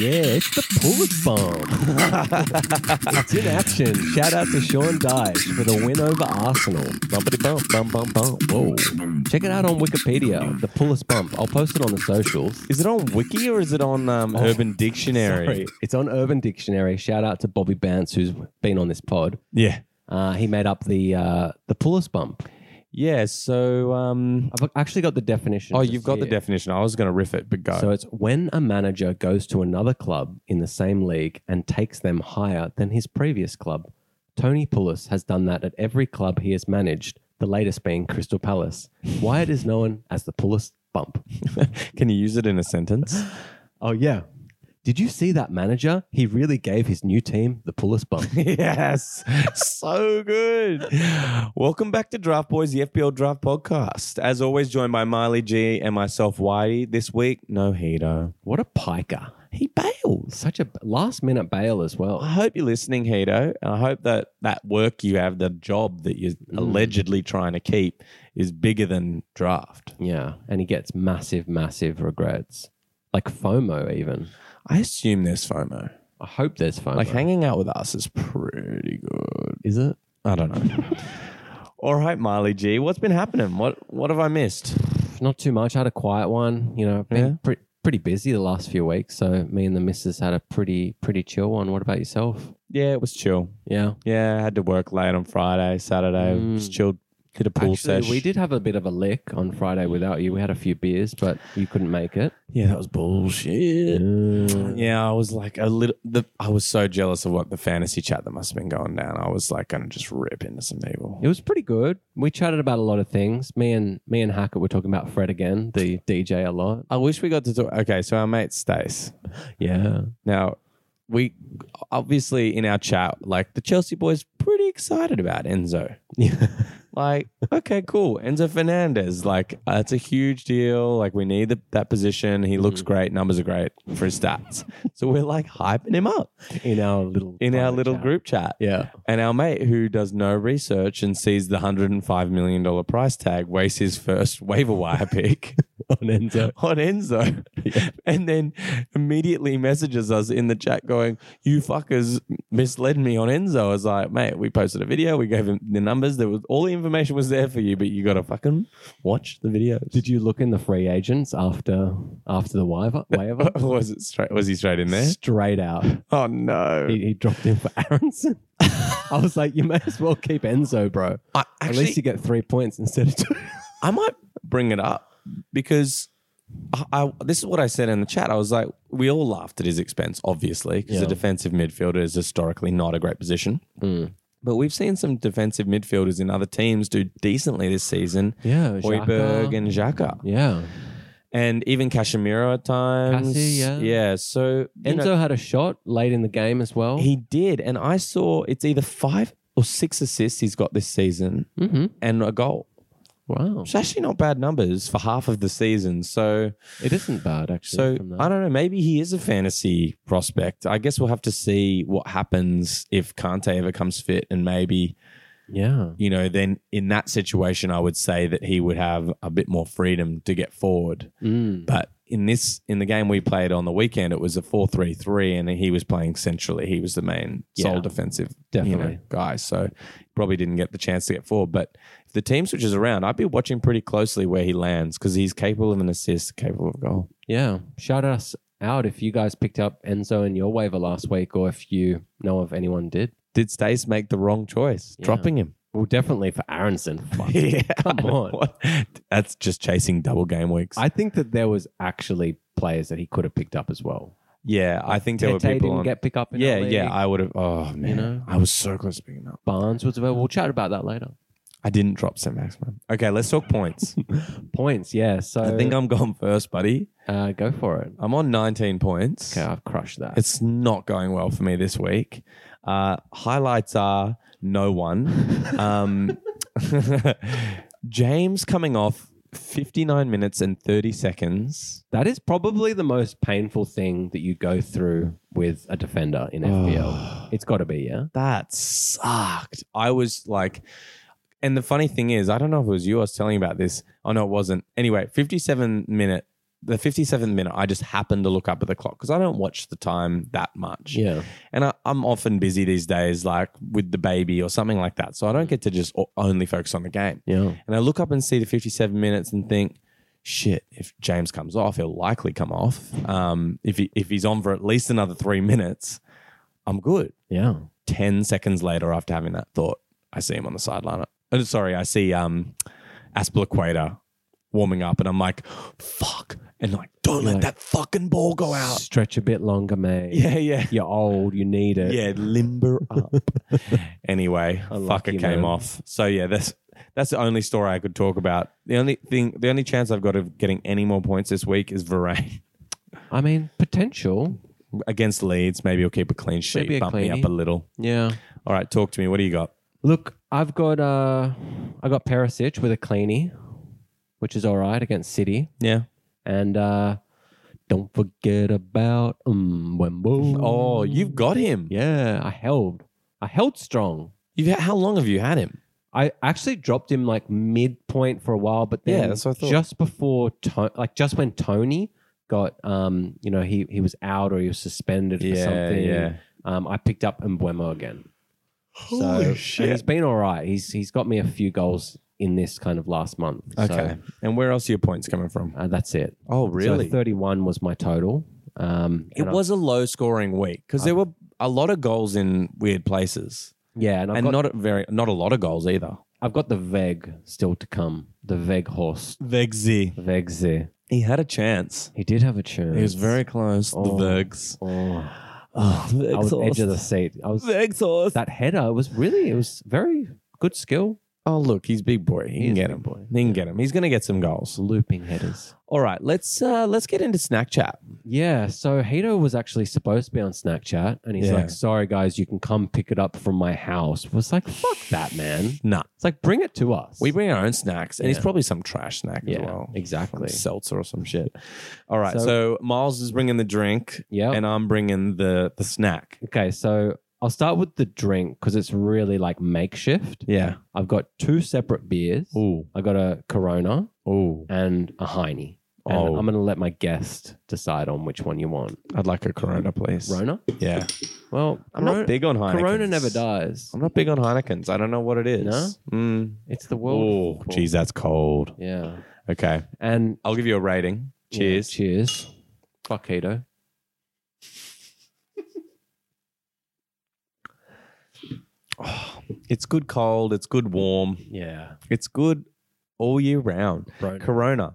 Yeah, it's the Polish Bomb. it's in action. Shout out to Sean Dyche for the win over Arsenal. Bumpity bump, bum bum bum. Whoa. Check it out on Wikipedia. The Polish Bump. I'll post it on the socials. Is it on Wiki or is it on um, Oh, Urban Dictionary? Sorry. It's on Urban Dictionary. Shout out to Bobby Bounce, who's been on this pod. Yeah. Uh, he made up the uh, the Polish Bump. Yeah. So, um, I've actually got the definition. oh, just you've got the here. definition. I was going to riff it, but go. So it's when a manager goes to another club in the same league and takes them higher than his previous club. Tony Pulis has done that at every club he has managed, the latest being Crystal Palace. Why it is known as the Pulis bump. Can you use it in a sentence? Oh yeah. Did you see that manager? He really gave his new team the Pulis bump. yes. So good. Welcome back to Draft Boys, the FBL Draft Podcast. As always, joined by Miley G and myself, Whitey. This week, no Hedo. what a piker. He bails. Such a last minute bail as well. I hope you're listening, Hedo. And I hope that that work you have, the job that you're allegedly trying to keep, is bigger than draft. Yeah, and he gets massive massive regrets. Like FOMO even. I assume there's FOMO. I hope there's FOMO. Like hanging out with us is pretty good. Is it? I don't know. All right, Miley G, what's been happening? What what have I missed? not too much. I had a quiet one. You know, I've been Yeah. pre- pretty busy the last few weeks. So me and the missus had a pretty pretty chill one. What about yourself? Yeah, it was chill. Yeah, Yeah, I had to work late on Friday, Saturday. Mm. Just chilled. Did a pool Actually, session. we did have a bit of a lick on Friday without you. We had a few beers, but you couldn't make it. Yeah, that was bullshit. Yeah, I was like a little. The, I was so jealous of what the fantasy chat that must have been going down. I was like going to just rip into some people. It was pretty good. We chatted about a lot of things. Me and me and Hackett were talking about Fred again, the DJ a lot. I wish we got to talk. Okay, so our mate Stace. Yeah, Now, we obviously in our chat, like the Chelsea boys, pretty excited about Enzo. yeah. Like, okay, cool. Enzo Fernandez, like, uh, it's a huge deal. Like, we need the, that position. He looks Mm-hmm. great. Numbers are great for his stats. so we're like hyping him up In our little in our private little chat. group chat. Yeah, And our mate who does no research and sees the $105 million price tag wastes his first waiver wire pick on Enzo. on Enzo and then immediately messages us in the chat going, You fuckers misled me on Enzo. I was like, Mate, we posted a video, we gave him the numbers, there was all the information was there for you, but you gotta fucking watch the videos. Did you look in the free agents after after the waiver? Waiver was it straight was he straight in there? straight out. Oh no. he, he dropped in for Aronson. I was like, you may as well keep Enzo, bro. I, At least you get three points instead of two. I might bring it up because I, I- this is what I said in the chat. I was like, we all laughed at his expense, obviously, because Yeah. a defensive midfielder is historically not a great position. Mm. But we've seen some defensive midfielders in other teams do decently this season. Yeah, Hoiberg Xhaka. and Xhaka. Yeah. And even Casemiro at times. Cassie, yeah. so you Enzo know, had a shot late in the game as well. he did. And I saw it's either five or six assists he's got this season mm-hmm. and a goal. Wow. It's actually not bad numbers for half of the season. So It isn't bad, actually. So from that. I don't know. Maybe he is a fantasy prospect. I guess we'll have to see what happens if Kante ever comes fit, and maybe yeah. you know. Then in that situation, I would say that he would have a bit more freedom to get forward. Mm. But in this, in the game we played on the weekend, it was a four-three-three, and he was playing centrally. He was the main Yeah. sole defensive you know, Definitely. guy, so probably didn't get the chance to get forward. But if the team switches around, I'd be watching pretty closely where he lands because he's capable of an assist, capable of a goal. Yeah. Shout us out if you guys picked up Enzo in your waiver last week or if you know of anyone did. did Stace make the wrong choice, Yeah. dropping him? Well, definitely for Aronson. Fuck. yeah, Come on. That's just chasing double game weeks. I think that there was actually players that he could have picked up as well. yeah, I think there were Tete people didn't on. get picked up in our yeah, league. yeah, I would have. Oh man, know? I was so close to picking him up. Barnes was available. We'll chat about that later. I didn't drop St. Maximum. Okay, let's talk points. Points, yeah. So I think I'm gone first, buddy. uh, go for it. I'm on 19 points. Okay, I've crushed that. It's not going well for me this week. Uh, highlights are no one. Um, James coming off 59 minutes and 30 seconds. that is probably the most painful thing that you go through with a defender in FPL. it's got to be, yeah. That sucked. I was like, and the funny thing is, I don't know if it was you I was telling you about this. Oh, no, it wasn't. Anyway, 57 minute the 57th minute, I just happened to look up at the clock because I don't watch the time that much. Yeah. And I, I'm often busy these days, like with the baby or something like that. So I don't get to just o- only focus on the game. Yeah. And I look up and see the 57 minutes and think, shit, if James comes off, he'll likely come off. Um, if, he, if he's on for at least another three minutes, I'm good. Yeah. 10 seconds later, after having that thought, I see him on the sideline. Oh, sorry, I see um, Aspilaqueta warming up and I'm like, fuck. And like, don't let like- that fucking ball go out. Stretch a bit longer, mate. Yeah, yeah. You're old. You need it. Yeah, limber up. anyway, Unlucky, fucker came man. off. So yeah, that's that's the only story I could talk about. The only thing, the only chance I've got of getting any more points this week is Varane I mean, potential. against Leeds. Maybe he'll keep a clean sheet, Maybe a bump me cleanie. up a little. Yeah. All right, talk to me. What do you got? Look, I've got uh, I got Perisic with a cleanie, which is all right against City, Yeah. and uh, don't forget about Mwembo. Oh, you've got him. yeah, I held, I held strong. You've had, how long have you had him? I actually dropped him like midpoint for a while, but then Yeah, that's what I thought. just before, to- like just when Tony got, um, you know, he he was out or he was suspended for Yeah, something. yeah. Um, I picked up Mbuemo again. So and he's been all right. He's he's got me a few goals in this kind of last month. So, Okay. and where else are your points coming from? uh, that's it. Oh, So 31 was my total. Um, it and I- was a low scoring week because there were a lot of goals in weird places. yeah, and I've and got, not a very not a lot of goals either. I've got the Veg still to come. The Veg horse. Vegzi. Vegze. He had a chance. He did have a chance. He was very close. Oh. The Vegs. Oh, Oh, I was edge of the seat. I was that header was really it was very good skill. Oh, look, he's big boy. He, can is get big him. boy. He can get him. He's gonna get some goals. Looping headers. All right, let's uh let's get into snack chat. Yeah, so Hato was actually supposed to be on Snack Chat, and he's Yeah. like, "Sorry guys, you can come pick it up from my house." I was like, "Fuck that, man!" Nah, It's like, bring it to us. we bring our own snacks, and it's Yeah. probably some trash snack yeah, as well. exactly. Some seltzer or some shit. All right, So- so, Oh. Miles is bringing the drink, Yeah. and I'm bringing the the snack. Okay, so I'll start with the drink because it's really like makeshift. Yeah. I've got two separate beers. Ooh. I've got a Corona Ooh. and a Heine. And Oh. I'm going to let my guest decide on which one you want. I'd like a Corona, please. Rona? Yeah. Well, I'm Corona- not big on Heineken. Corona never dies. I'm not big on Heinekens. I don't know what it is. No? Mm. It's the world. Oh, of football. geez, that's cold. Yeah. Okay. And I'll give you a rating. Cheers. Yeah, cheers. Fuck Hato. It's good cold. It's good warm. Yeah. It's good all year round. Corona. Corona.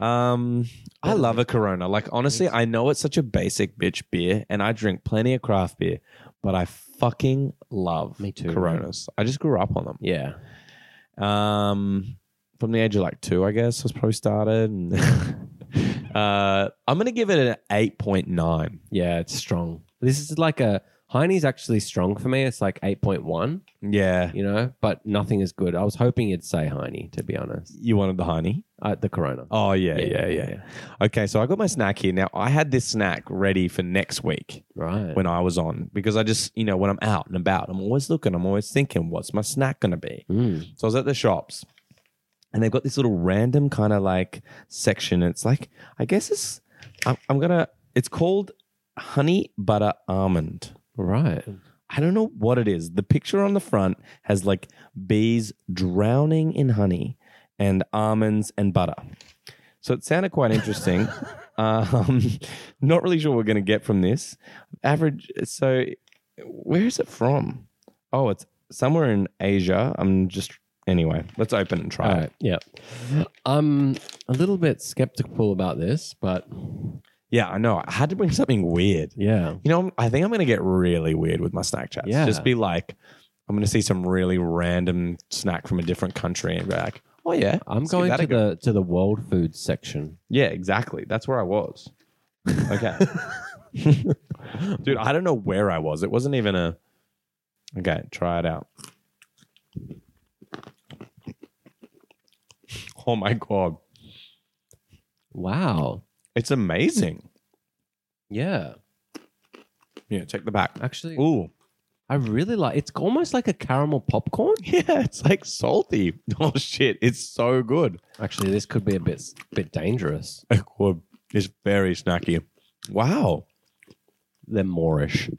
Um, I love a Corona. Like, honestly, I know it's such a basic bitch beer, and I drink plenty of craft beer, but I fucking love Me too, Coronas. I just grew up on them. Yeah. um, from the age of like two, I guess, was probably started. And uh, I'm going to give it an 8.9. Yeah, it's strong. This is like a Heine's actually strong for me. It's like 8.1. Yeah. you know, but nothing is good. I was hoping you'd say Heine, to be honest. You wanted the honey? Uh, the Corona. Oh, yeah, yeah, yeah, Okay, so I got my snack here. Now, I had this snack ready for next week Right. when I was on because I just, you know, when I'm out and about, I'm always looking, I'm always thinking, what's my snack going to be? Mm. So I was at the shops and they've got this little random kind of like section. It's like, I guess it's, I'm, I'm going to, it's called honey butter almond. Right. I don't know what it is. The picture on the front has like bees drowning in honey and almonds and butter. So it sounded quite interesting. um, not really sure what we're going to get from this. Average. So where is it from? Oh, it's somewhere in Asia. I'm just. Anyway, let's open and try All it. right. Yeah. I'm a little bit skeptical about this, but Yeah, I know. I had to bring something weird. yeah. You know, I think I'm going to get really weird with my snack chats. Yeah. Just be like, I'm going to see some really random snack from a different country and be like, oh, yeah. I'm let's give going that to a go. the to the world food section. Yeah, exactly. That's where I was. Okay. Dude, I don't know where I was. It wasn't even a. Okay, try it out. Oh my God. Wow. It's amazing. Yeah. Yeah, check the back. Actually, Ooh, I really like. It's almost like a caramel popcorn. Yeah, it's like salty. Oh shit, it's so good. Actually, this could be a bit bit dangerous. It would- It's very snacky. Wow. They're Moorish.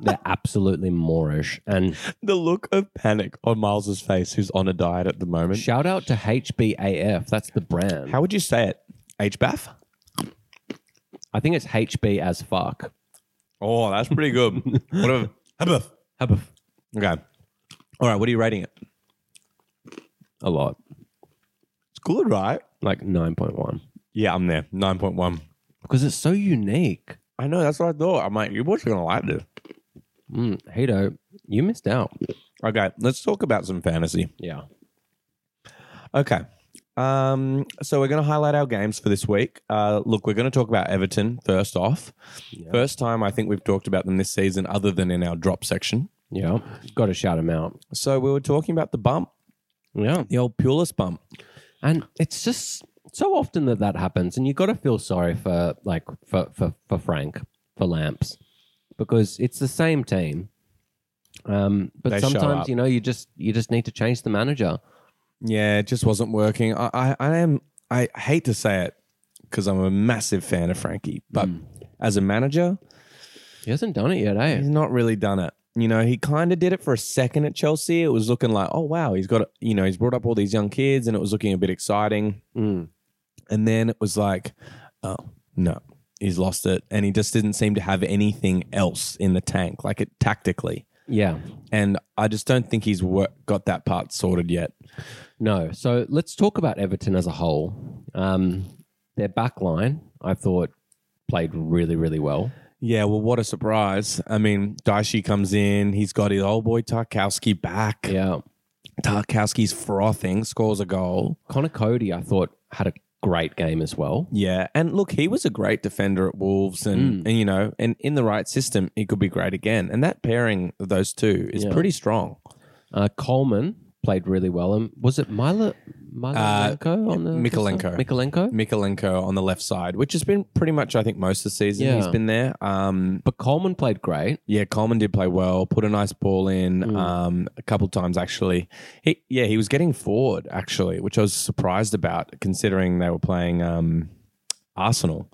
They're absolutely Moorish. And the look of panic on Miles's face, who's on a diet at the moment. shout out to HBAF. That's the brand. How would you say it? HBAF? I think it's HB as fuck. Oh, that's pretty good. what a HBAF. Have Okay. All right, what are you rating it? a lot. It's good, right? Like 9.1. Yeah, I'm there. 9.1. Because it's so unique. I know, that's what I thought. I'm like, you're watching gonna like this. Mm, Hito, you missed out. Okay, let's talk about some fantasy. Yeah. Okay. Um, so we're going to highlight our games for this week. Uh, look, we're going to talk about Everton first off. Yeah. First time I think we've talked about them this season, other than in our drop section. Yeah. Got to shout him out. So we were talking about the bump, Yeah. the old Pulis bump. And it's just so often that that happens. And you got to feel sorry for, like, for, for, for Frank, for Lamps, because it's the same team. Um, but They show sometimes up. you know you just you just need to change the manager. Yeah, it just wasn't working. I, I, I am. I hate to say it because I'm a massive fan of Frankie, but as a manager, He hasn't done it yet, eh? he's not really done it. You know, he kind of did it for a second at Chelsea. It was looking like, oh wow, he's got. You know, he's brought up all these young kids, and it was looking a bit exciting. Mm. And then it was like, oh, no, he's lost it. And he just didn't seem to have anything else in the tank, like it tactically. Yeah. And I just don't think he's wor- got that part sorted yet. No. So let's talk about Everton as a whole. Um, their back line, I thought, played really, really well. Yeah, well, what a surprise. I mean, Daishi comes in, he's got his old boy Tarkowski back. Yeah. Tarkowski's frothing, scores a goal. Connor Cody, I thought, had a great game as well. Yeah. And look, he was a great defender at Wolves and, and you know, and in the right system, he could be great again. And that pairing of those two is Yeah. pretty strong. Uh, Coleman played really well. And was it Uh, Mila, Milenko on the Mikulenko. Mikulenko? Mikolenko on the left side, which has been pretty much, I think, most of the season Yeah. he's been there. Um, But Coleman played great. yeah, Coleman did play well, put a nice ball in Mm. um, a couple times, actually. He, yeah, he was getting forward, actually, which I was surprised about considering they were playing um, Arsenal.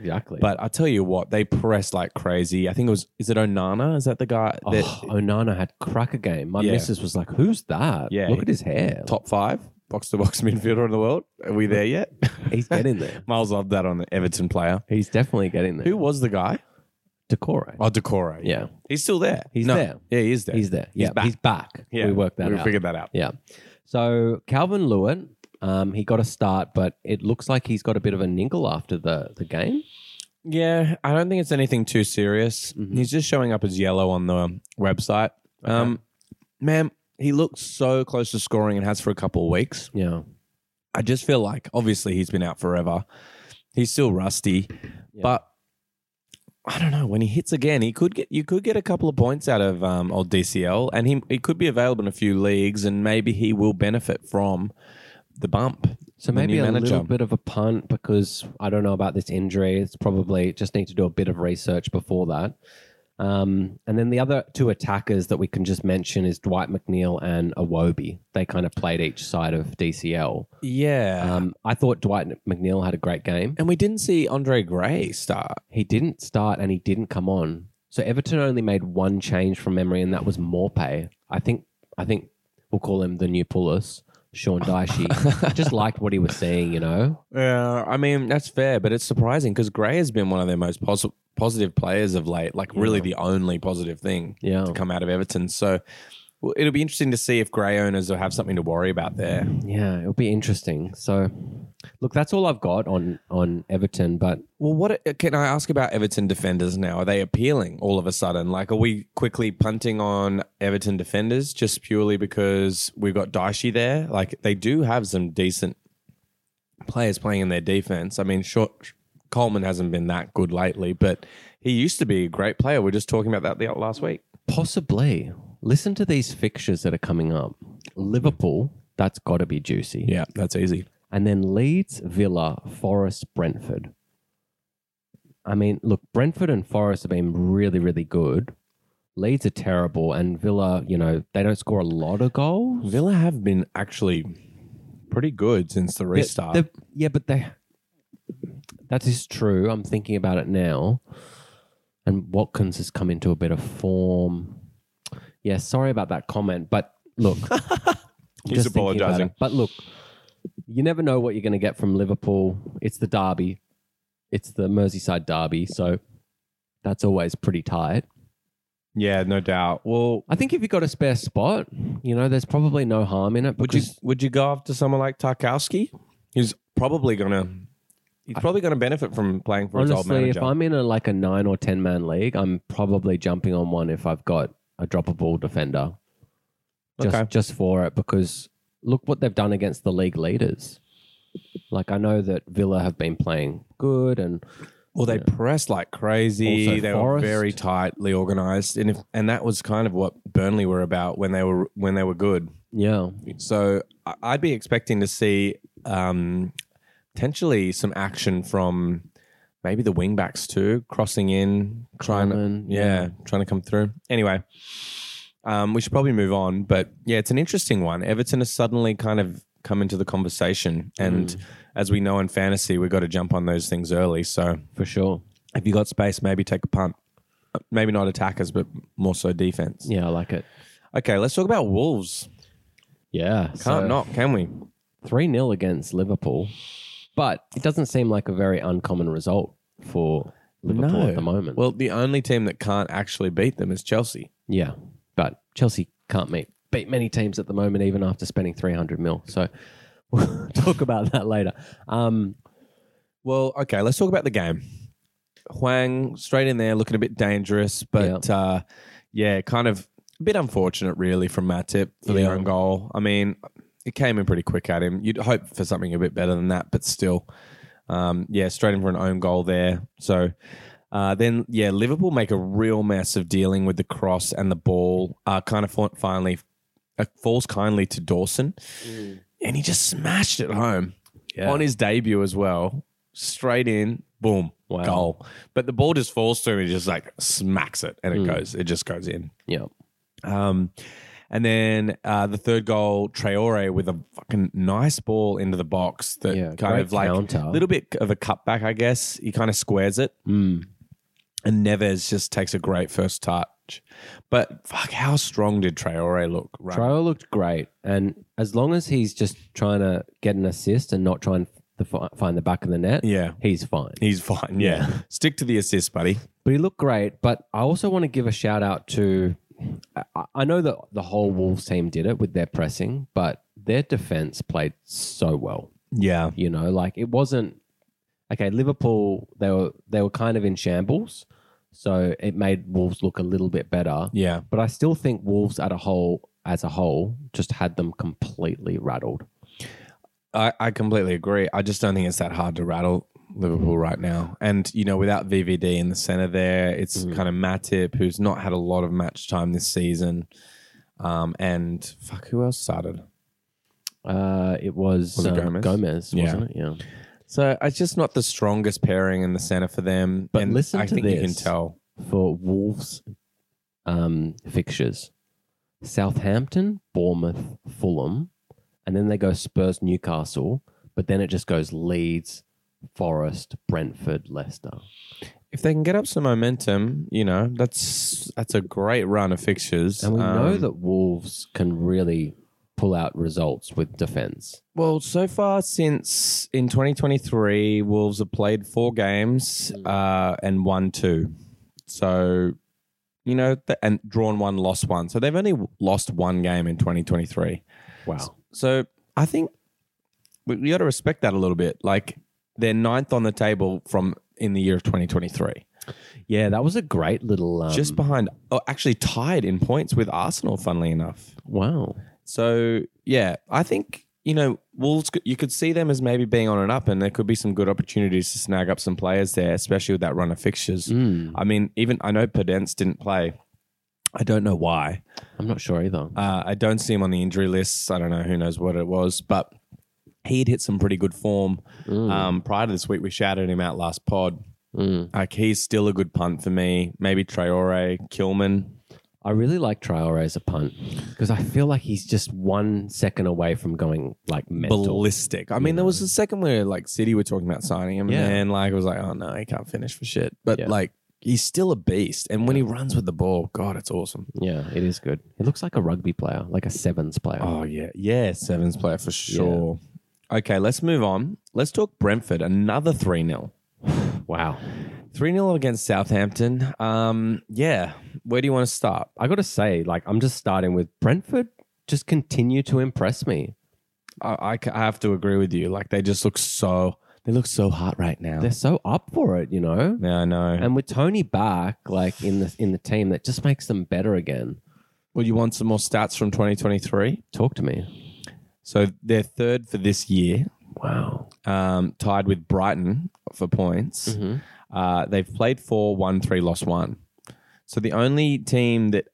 Exactly. But But I tell you what, they pressed like crazy. I think it was, is it Onana? Is that the guy oh, that Onana had cracker game. My Yeah. missus was like, "Who's that? Yeah. Look at his hair. top five box to box midfielder in the world? Are we there yet? He's getting there. Miles loved that on the Everton player. He's definitely getting there." Who was the guy? Decore. Oh, Decore. Yeah, He's still there. He's there. Yeah, he is there. he's there. He's yeah, back. he's back. Yeah, we worked that we out. figured that out. Yeah. So Calvin Lewin, um, he got a start, but it looks like he's got a bit of a niggle after the, the game. Yeah, I don't think it's anything too serious. Mm-hmm. He's just showing up as yellow on the um, website. Um, man, he looks so close to scoring and has for a couple of weeks. Yeah. I just feel like obviously he's been out forever. He's still rusty, Yeah. but I don't know when he hits again. He could get you could get a couple of points out of um, old DCL, and he he could be available in a few leagues, and maybe he will benefit from the bump. So The maybe new a manager. little bit of a punt because I don't know about this injury. It's probably just need to do a bit of research before that. Um, and then the other two attackers that we can just mention is Dwight McNeil and Awobi. They kind of played each side of DCL. Yeah, Um, I thought Dwight McNeil had a great game. And we didn't see Andre Gray start. He didn't start and he didn't come on. So Everton only made one change from memory, and that was Morpay. I think I think we'll call him the new Pulis, Sean Daishi. Just liked what he was seeing, you know. Yeah, I mean that's fair, but it's surprising because Gray has been one of their most posi- positive players of late. Like really, the only positive thing Yeah. to come out of Everton. So well, it'll be interesting to see if Gray owners will have something to worry about there. Yeah, it'll be interesting. So, look, that's all I've got on on Everton. But Well, what can I ask about Everton defenders now? Are they appealing all of a sudden? Like, are we quickly punting on Everton defenders just purely because we've got Daishi there? Like, they do have some decent players playing in their defense. I mean, short, Coleman hasn't been that good lately, but he used to be a great player. We are just talking about that the last week. possibly, listen to these fixtures that are coming up. Liverpool, that's got to be juicy. Yeah, that's easy. And then Leeds, Villa, Forest, Brentford. I mean, look, Brentford and Forest have been really, really good. Leeds are terrible, and Villa, you know, they don't score a lot of goals. Villa have been actually pretty good since the They- restart. they- yeah, but they. That is true. I'm thinking about it now. And Watkins has come into a bit of form. Yeah, sorry about that comment, but look. He's just thinking about apologising. it. But look, you never know what you're going to get from Liverpool. It's the derby, it's the Merseyside derby. So that's always pretty tight. Yeah, no doubt. Well, I think if you've got a spare spot, you know, there's probably no harm in it. would you Because would you go after someone like Tarkowski? He's probably gonna he's probably gonna benefit from playing for his old honestly, manager. if I'm in a like a nine or ten man league, I'm probably jumping on one if I've got a droppable defender. Just Okay. just for it because look what they've done against the league leaders. Like I know that Villa have been playing good and well, they pressed like crazy. Also they Forrest. were very tightly organized, and if and that was kind of what Burnley were about when they were when they were good. yeah. So I- I'd be expecting to see um, potentially some action from maybe the wingbacks too, crossing in, trying Coleman, to, yeah, trying to come through. Anyway, um, we should probably move on, but yeah, it's an interesting one. Everton has suddenly kind of come into the conversation, and Mm. as we know in fantasy, we've got to jump on those things early. So for sure. if you got space, maybe take a punt. Uh, Maybe not attackers, but more so defense. Yeah, I like it. Okay, let's talk about Wolves. Yeah. Can't not, can we? three 0 against Liverpool. But it doesn't seem like a very uncommon result for Liverpool No. at the moment. Well, the only team that can't actually beat them is Chelsea. Yeah, but Chelsea can't meet beat many teams at the moment, even after spending three hundred mil. So we'll talk about that later. Um, Well, okay, let's talk about the game. Huang straight in there, looking a bit dangerous, but uh, yeah, kind of a bit unfortunate, really, from Matip for the Yeah. own goal. I mean, it came in pretty quick at him. You'd hope for something a bit better than that, but still, um, yeah, straight in for an own goal there. So. Uh, then yeah, Liverpool make a real mess of dealing with the cross and the ball. Uh, kind of fa- finally uh, falls kindly to Dawson, and he just smashed it home Yeah. on his debut as well. Straight in, boom, Wow. goal. But the ball just falls to him. He just like smacks it, and it Mm. goes. It just goes in. yeah, Um, and then uh, the third goal, Traore with a fucking nice ball into the box that yeah, kind great of like counter. a little bit of a cutback, I guess. He kind of squares it, Mm. and Neves just takes a great first touch. But fuck, how strong did Traore look? Right? Traore looked great, and as long as he's just trying to get an assist and not trying to fi- find the back of the net, yeah, he's fine. he's fine. Yeah, stick to the assist, buddy. But he looked great. But I also want to give a shout out to. I- I know that the whole Wolves team did it with their pressing, but their defense played so well. Yeah, You know, like it wasn't okay. Liverpool they were they were kind of in shambles, so it made Wolves look a little bit better. yeah. But I still think Wolves at a whole as a whole just had them completely rattled. I, I completely agree. I just don't think it's that hard to rattle Liverpool right now. And, you know, without VVD in the centre there, it's Mhm. kind of Matip, who's not had a lot of match time this season. Um, and fuck, who else started? Uh, it was, Was it um, Gomez? Gomez? wasn't it? Yeah. So it's just not the strongest pairing in the centre for them. But and listen I to think you can this. tell. for Wolves um, fixtures Southampton, Bournemouth, Fulham, and then they go Spurs, Newcastle, but then it just goes Leeds, Forest, Brentford, Leicester. If they can get up some momentum, you know, that's that's a great run of fixtures. And we know Um, that Wolves can really pull out results with defence. Well, so far since in 2023, Wolves have played four games uh, and won two. So, you know, th- and drawn one, lost one. So they've only w- lost one game in 2023. Wow. So I think we, we got to respect that a little bit. Like they're ninth on the table from in the year of 2023, Yeah, that was a great little. Um, just Just behind, oh, actually tied in points with Arsenal, funnily enough. wow. So yeah, I think you know Wolves. could- You could see them as maybe being on and up, and there could be some good opportunities to snag up some players there, especially with that run of fixtures. Mm, I mean, even I know Pedence didn't play. I don't know why. I'm not sure either. Uh, I don't see him on the injury lists. I don't know who knows what it was, but he'd hit some pretty good form Mm, um, prior to this week. We shouted him out last pod. mm. Like he's still a good punt for me. Maybe Traore, Kilman. I really like Traore as a punt because I feel like he's just one second away from going like mental. ballistic. I mean, there was a second where like City were talking about signing him, Yeah. and then like it was like, oh no, he can't finish for shit. But Yeah. like he's still a beast, and when he runs with the ball, God, it's awesome. yeah, it is good. He looks like a rugby player, like a sevens player. Oh yeah, yeah, sevens player for sure. Okay, let's move on. Let's talk Brentford. Another three 0 Wow. three 0 against Southampton. Um, yeah, where do you want to start? I got to say, like, I'm just starting with Brentford just continue to impress me. I, I ca- I have to agree with you. Like they just look so they look so hot right now. They're so up for it, you know? yeah, I know. And with Tony back, like in the in the team, that just makes them better again. well, you want some more stats from twenty twenty three? Talk to me. So they're third for this year. Wow. um, tied with Brighton for points. Mm-hmm. Uh, they've played four, won three, lost one. So the only team that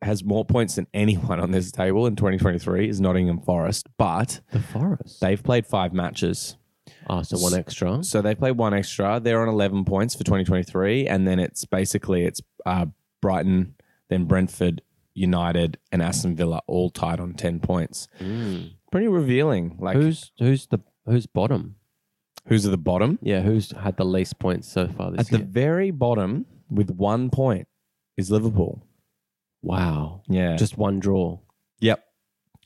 has more points than anyone on this table in 2023 is Nottingham Forest, but The Forest. they've played five matches. Oh, so one extra. So they played one extra. They're on 11 points for 2023, and then it's basically it's uh, Brighton, then Brentford, United, and Aston Villa all tied on 10 points. Mm. Pretty revealing. Like who's, Who's who's the who's bottom? who's at the bottom? Yeah, who's had the least points so far this At the year? very bottom, with one point, is Liverpool. wow. Yeah. Just Just one draw. yep.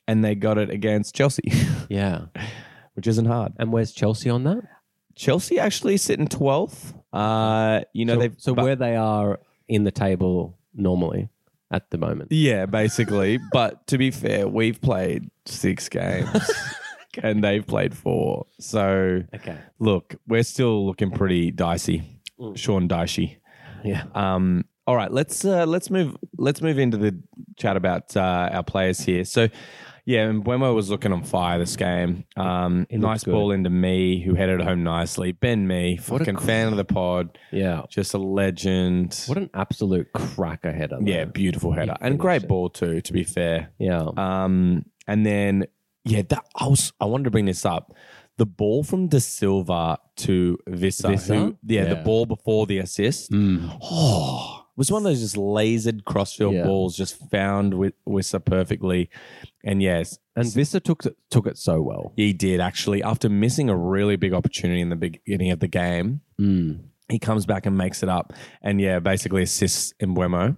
And they got it against Chelsea, Yeah. which isn't hard. And where's Chelsea on that? Chelsea actually sit in twelfth. Uh, you know so they've so but- where they are in the table normally at the moment. yeah, basically. but to be fair, we've played six games. And they've played four. So Okay. look, we're still looking pretty dicey. Sean Dicey. Yeah. Um, all right, let's uh, let's move let's move into the chat about uh, our players here. So, yeah, Mbwemo was looking on fire this game. Um, He nice looked good. ball into me, who headed home nicely. Ben me, What a fucking cr- fan of the pod, Yeah. just a legend. What an absolute cracker header. though. yeah, beautiful header and finished great it. ball too. To be fair, Yeah. um, and then yeah, that I was I wanted to bring this up. The ball from De Silva to Vissa, Vissa? who- yeah, the Yeah. ball before the assist. Mm. Oh, it was one of those just lasered crossfield Yeah. balls, just found with Wissa perfectly. And yes, And Vista took it, took it so well. he did actually. After missing a really big opportunity in the beginning of the game, Mm. he comes back and makes it up. And yeah, basically assists Embuemo.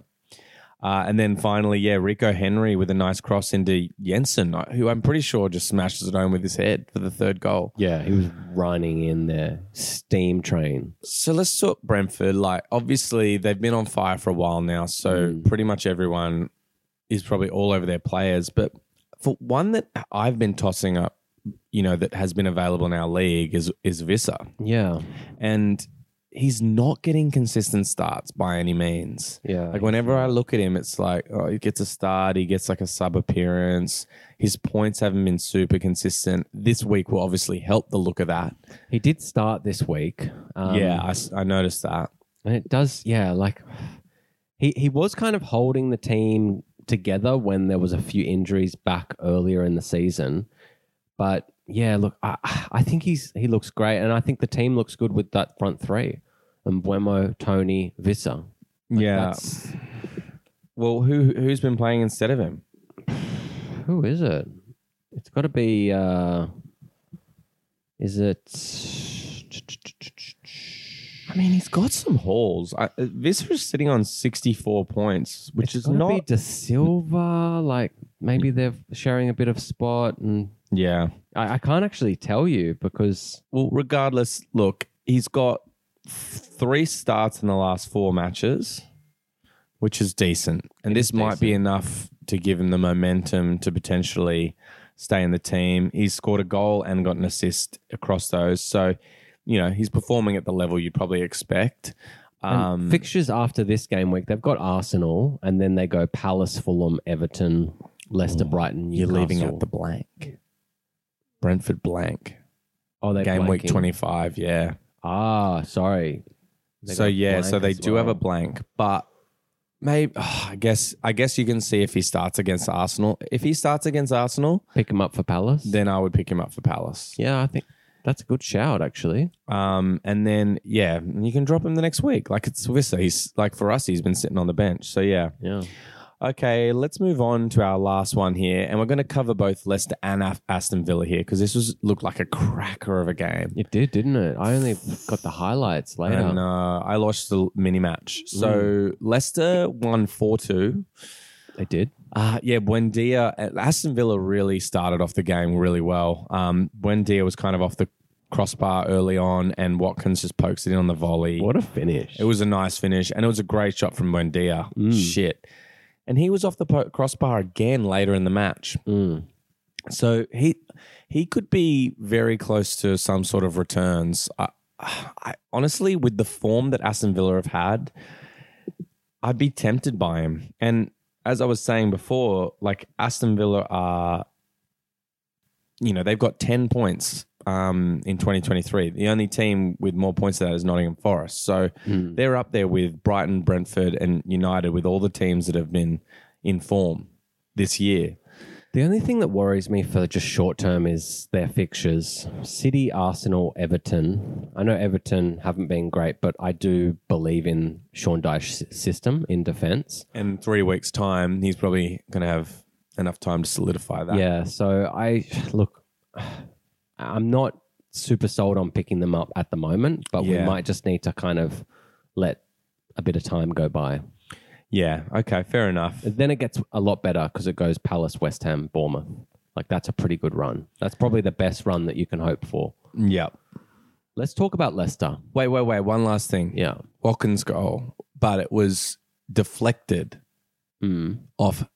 Uh, and then finally, yeah, Rico Henry with a nice cross into Jensen, uh, who I'm pretty sure just smashes it home with his head for the third goal. Yeah, he was running in there, steam train. So let's talk Brentford. Like, obviously, they've been on fire for a while now. So Hmm. pretty much everyone is probably all over their players. But for one that I've been tossing up, you know, that has been available in our league is is Vissa, Yeah, and he's not getting consistent starts by any means. yeah. Like whenever I look at him, it's like oh, he gets a start, he gets like a sub appearance. His points haven't been super consistent. This week will obviously help the look of that. he did start this week. Um, yeah, I s I I noticed that. and it does. Yeah, like he he was kind of holding the team together when there was a few injuries back earlier in the season, but yeah, look, I I think he's he looks great, and I think the team looks good with that front three, and Buemo, Tony, Visser. yeah. That's- Well, who who's been playing instead of him? Who is it? It's got to be. Uh, is it? I mean, he's got some hauls. I, Visser is sitting on sixty four points, which it's is gotta not. be De Silva. Like maybe they're sharing a bit of spot, and yeah. I, I can't actually tell you because Well, regardless, look, he's got three starts in the last four matches, which is decent, and It this is might be enough to give him the momentum to potentially stay in the team. He's scored a goal and got an assist across those, so you know he's performing at the level you'd probably expect. and Um, fixtures after this game week they've got Arsenal, and then they go Palace, Fulham, Everton, Leicester, Brighton. You're leaving Newcastle. out the blank. Brentford blank. oh they're Game week blanking. 25, yeah. Ah, sorry. They so got yeah, so blank they as do have a well. blank, but maybe I guess I guess you can see if he starts against Arsenal. If he starts against Arsenal, pick him up for Palace. then I would pick him up for Palace. yeah, I think that's a good shout actually. Um and then yeah, and you can drop him the next week. Like it's Vissa. He's like for us, he's been sitting on the bench. So yeah. Yeah. Okay, let's move on to our last one here, and we're going to cover both Leicester and Af- Aston Villa here because this was looked like a cracker of a game. It did, didn't it? I only got the highlights later. And uh, I watched the mini match. So Leicester won four two. They did. Uh, yeah, Buendia. uh, Aston Villa really started off the game really well. Um, Buendia was kind of off the crossbar early on, and Watkins just pokes it in on the volley. What a finish. It was a nice finish, and it was a great shot from Buendia. Shit. And he was off the po- crossbar again later in the match. Mm, So he he could be very close to some sort of returns. I, I, honestly, with the form that Aston Villa have had, I'd be tempted by him. And as I was saying before, like Aston Villa are, you know, they've got ten points um, in 2023. The only team with more points than that is Nottingham Forest. So mm. they're up there with Brighton, Brentford, and United, with all the teams that have been in form this year. The only thing that worries me for just short term is their fixtures City, Arsenal, Everton. I know Everton haven't been great, but I do believe in Sean Dyche's system in defence. in three weeks' time, he's probably going to have enough time to solidify that. Yeah, so I look, I'm not super sold on picking them up at the moment, but we Yeah. might just need to kind of let a bit of time go by. Yeah. Okay. Fair enough. Then it gets a lot better because it goes Palace, West Ham, Bournemouth. Like that's a pretty good run. That's probably the best run that you can hope for. Yep. Let's talk about Leicester. Wait, wait, wait. One last thing. Yeah. Watkins goal, but it was deflected Mm. off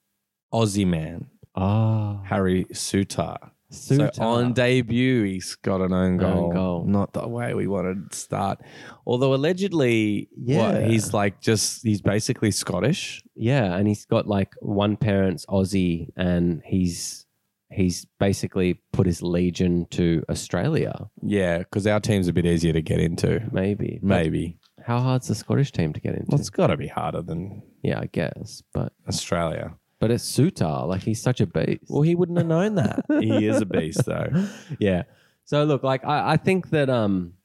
Aussie man, Ah, Harry Sutar. So on debut, he's got an own goal. goal. Not the way we wanted to start. Although allegedly, what, Yeah. he's like just, he's basically Scottish. yeah, and he's got like one parent's Aussie, and he's he's basically put his legion to Australia. Yeah. Because our team's a bit easier to get into. Maybe, But Maybe. How hard's the Scottish team to get into? Well, it's got to be harder than yeah, I guess, but Australia. but it's Sutar. Like he's such a beast. Well, he wouldn't have known that. he is a beast, though. yeah. So look, like I, I think that um,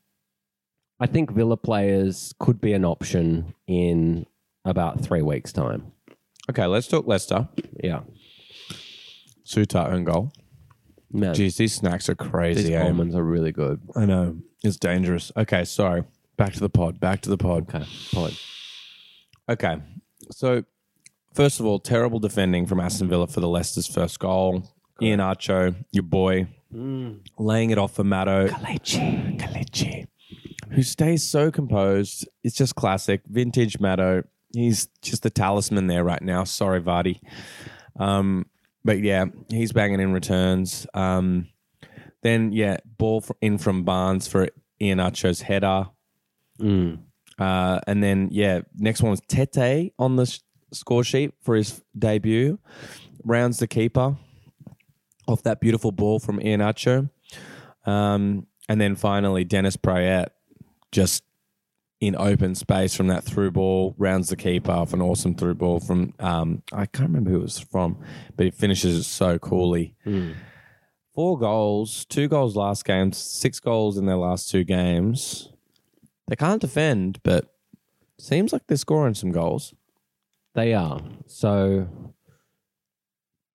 I think Villa players could be an option in about three weeks' time. Okay, let's talk Leicester. Yeah, Sutar own goal. man, Jeez, these snacks are these crazy. eh? almonds are really good. I know it's dangerous. Okay, sorry. Back to the pod. Back to the pod. Okay, fine. Okay, so first of all, terrible defending from Aston Villa for the Leicester's first goal. Ian Archo, your boy, Mm. laying it off for Matto. Kalechi. Kalechi. Who stays so composed. It's just classic. Vintage Matto. He's just the talisman there right now. Sorry, Vardy. Um, but yeah, he's banging in returns. Um, then, yeah, ball fr- in from Barnes for Ian Archo's header. Mm. Uh, and then, yeah, next one was Tete on the s score sheet for his debut. Rounds the keeper off that beautiful ball from Ian Acho. Um, and then finally, Dennis Prayet just in open space from that through ball, rounds the keeper off an awesome through ball from, um, I can't remember who it was from, but he finishes it so coolly four goals, two goals last game, six goals in their last two games. They can't defend, but seems like they're scoring some goals. They are. So,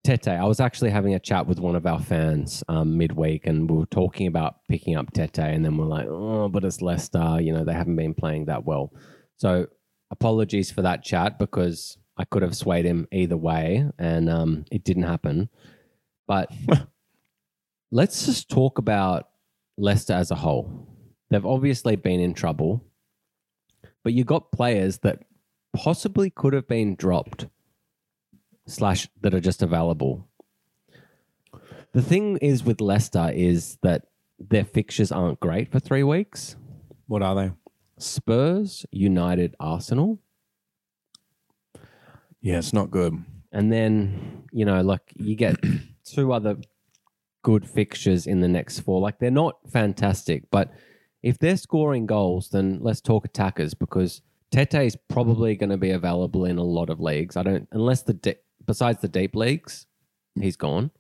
Tete, I was actually having a chat with one of our fans um, midweek and we were talking about picking up Tete, and then we're like, oh, but it's Leicester. You know, they haven't been playing that well. So, apologies for that chat because I could have swayed him either way and um, it didn't happen. But let's just talk about Leicester as a whole. They've obviously been in trouble, but you got players that possibly could have been dropped slash that are just available. The thing is with Leicester is that their fixtures aren't great for three weeks. What are they? Spurs, United, Arsenal, Yeah, it's not good. and then you know, like you get two other good fixtures in the next four. Like they're not fantastic, but if they're scoring goals, then let's talk attackers because Tete is probably going to be available in a lot of leagues. I don't, unless the de- besides the deep leagues, he's gone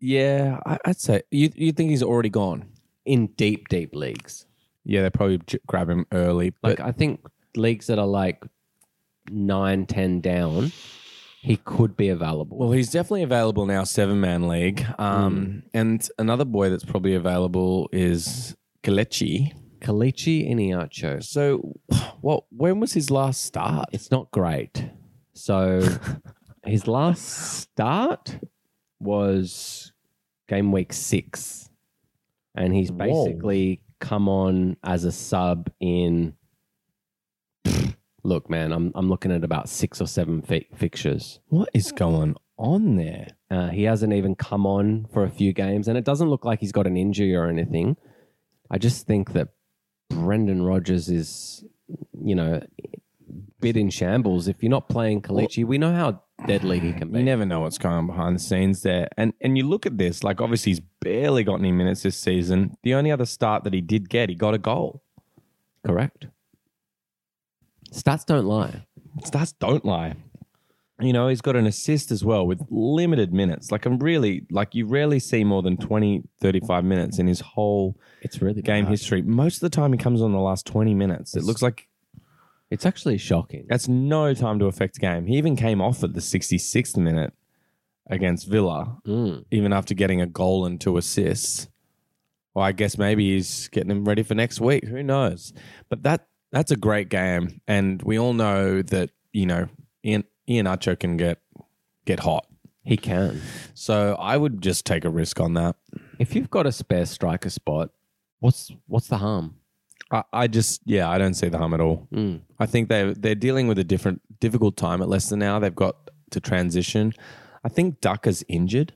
Yeah, I, I'd say you you think he's already gone. in deep deep leagues. Yeah, they probably j- grab him early, Like but I think leagues that are like nine, ten down, he could be available. Well, he's definitely available now, seven man league. Um, And another boy that's probably available is Kelechi. Kalichi Iniacho. So, what? When was his last start? It's not great. So his last start was game week six. And he's Whoa. basically come on as a sub in. Look, man, I'm, I'm looking at about six or seven fi- fixtures. What is going on there? Uh, he hasn't even come on for a few games, and it doesn't look like he's got an injury or anything. I just think that Brendan Rodgers is, you know, bit in shambles. If you're not playing Kalichi, we know how deadly he can be. You never know what's going on behind the scenes there. And and you look at this, like obviously he's barely got any minutes this season. The only other start that he did get, he got a goal. Correct. Stats don't lie. Stats don't lie. You know, he's got an assist as well with limited minutes. Like I'm really like you rarely see more than 20, 35 minutes in his whole It's really game bad. history. Most of the time he comes on the last 20 minutes. It looks like It's actually shocking. that's no time to affect a game. He even came off at the 66th minute against Villa. Mm. even after getting a goal and two assists. Well, I guess maybe he's getting him ready for next week. Who knows? But that that's a great game, and we all know that you know Ian Ian Acho can get get hot. He can. So I would just take a risk on that. If you've got a spare striker spot, what's what's the harm? I, I just yeah, I don't see the harm at all. Mm. I think they they're dealing with a different difficult time at Leicester now. They've got to transition. I think Ducker's injured.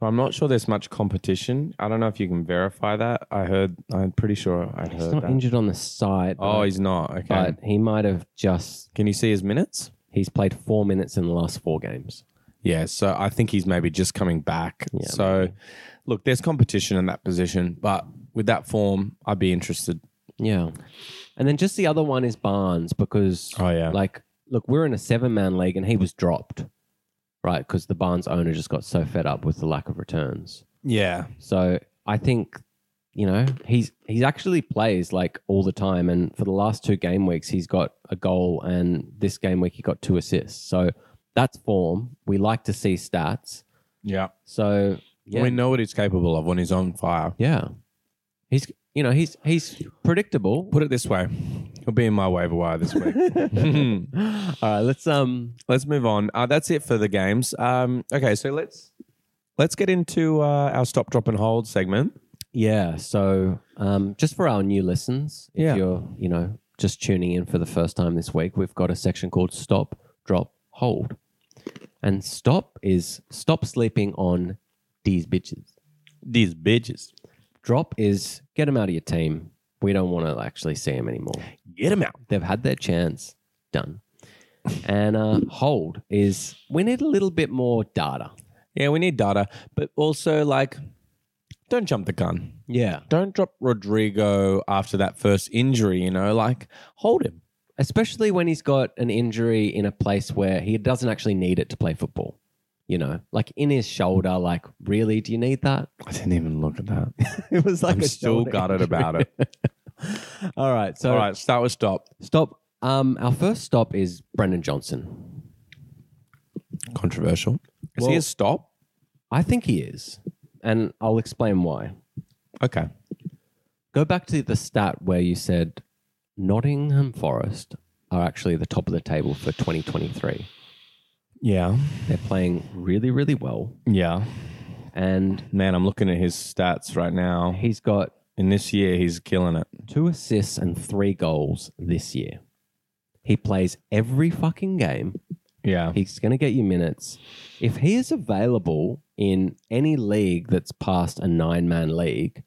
I'm not sure there's much competition. I don't know if you can verify that. I heard. I'm pretty sure I heard He's not that. injured on the side. Oh, but- he's not. Okay. but he might have just Can you see his minutes? He's played four minutes in the last four games. Yeah. So I think he's maybe just coming back. Yeah, so look, there's competition in that position, but with that form, I'd be interested. Yeah. And then just the other one is Barnes because, Oh yeah. like, look, we're in a seven man league and he was dropped, right? Because the Barnes owner just got so fed up with the lack of returns. yeah. So I think, you know, he's he's actually plays like all the time. And for the last two game weeks, he's got a goal. And this game week, he got two assists. So that's form. We like to see stats. Yeah. So, yeah. We know what he's capable of when he's on fire. yeah. He's, you know, he's he's predictable. Put it this way, he'll be in my waiver wire this week. All right, let's um let's move on. Uh, that's it for the games. Um, okay, so let's let's get into uh, our stop, drop, and hold segment. yeah, so um just for our new listens, if Yeah. you're, you know, just tuning in for the first time this week, we've got a section called stop, drop, hold. And stop is stop sleeping on these bitches. These bitches, Drop is get them out of your team. We don't want to actually see them anymore. get them out. They've had their chance. Done. And uh, hold is we need a little bit more data. Yeah, we need data, but also like, don't jump the gun. Yeah. Don't drop Rodrigo after that first injury. You know, like hold him. especially when he's got an injury in a place where he doesn't actually need it to play football. You know, like in his shoulder, like, really, do you need that? I didn't even look at that. It was like I'm still gutted about it. All right. So All right, start with stop. stop. Um, our first stop is Brendan Johnson. Controversial. Is Well- he a stop? I think he is. And I'll explain why. Okay. Go back to the stat where you said Nottingham Forest are actually the top of the table for 2023. Yeah. They're playing really, really well. Yeah. And Man, I'm looking at his stats right now. he's got In this year, he's killing it. two assists and three goals this year. He plays every fucking game. Yeah. He's going to get you minutes. If he is available in any league that's past a nine man league,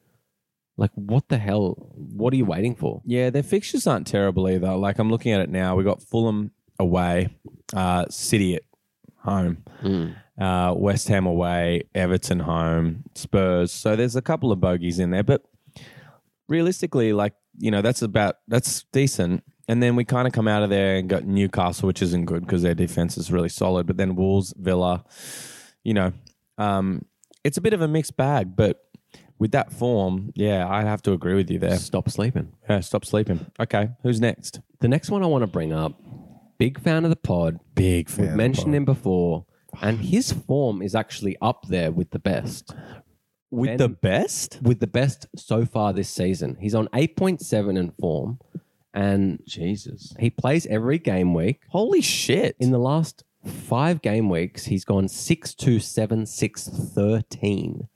like what the hell? What are you waiting for? Yeah, their fixtures aren't terrible either. Like I'm looking at it now. We got Fulham away, uh, City at home, uh, West Ham away, Everton home, Spurs. So there's a couple of bogeys in there, but realistically, like you know, that's about that's decent. And then we kind of come out of there and got Newcastle, which isn't good because their defense is really solid. But then Wolves, Villa, you know, um, it's a bit of a mixed bag. But with that form, yeah, I'd have to agree with you there. Stop sleeping. Yeah, stop sleeping. Okay, who's next? The next one I want to bring up Big fan of the pod. Big fan. We've of mentioned Bono. him before, and his form is actually up there with the best. with Ben- the best. With the best so far this season. He's on 8.7 in form, and Jesus. he plays every game week. Holy shit. In the last five game weeks, he's gone 6 2, 7 6, 13.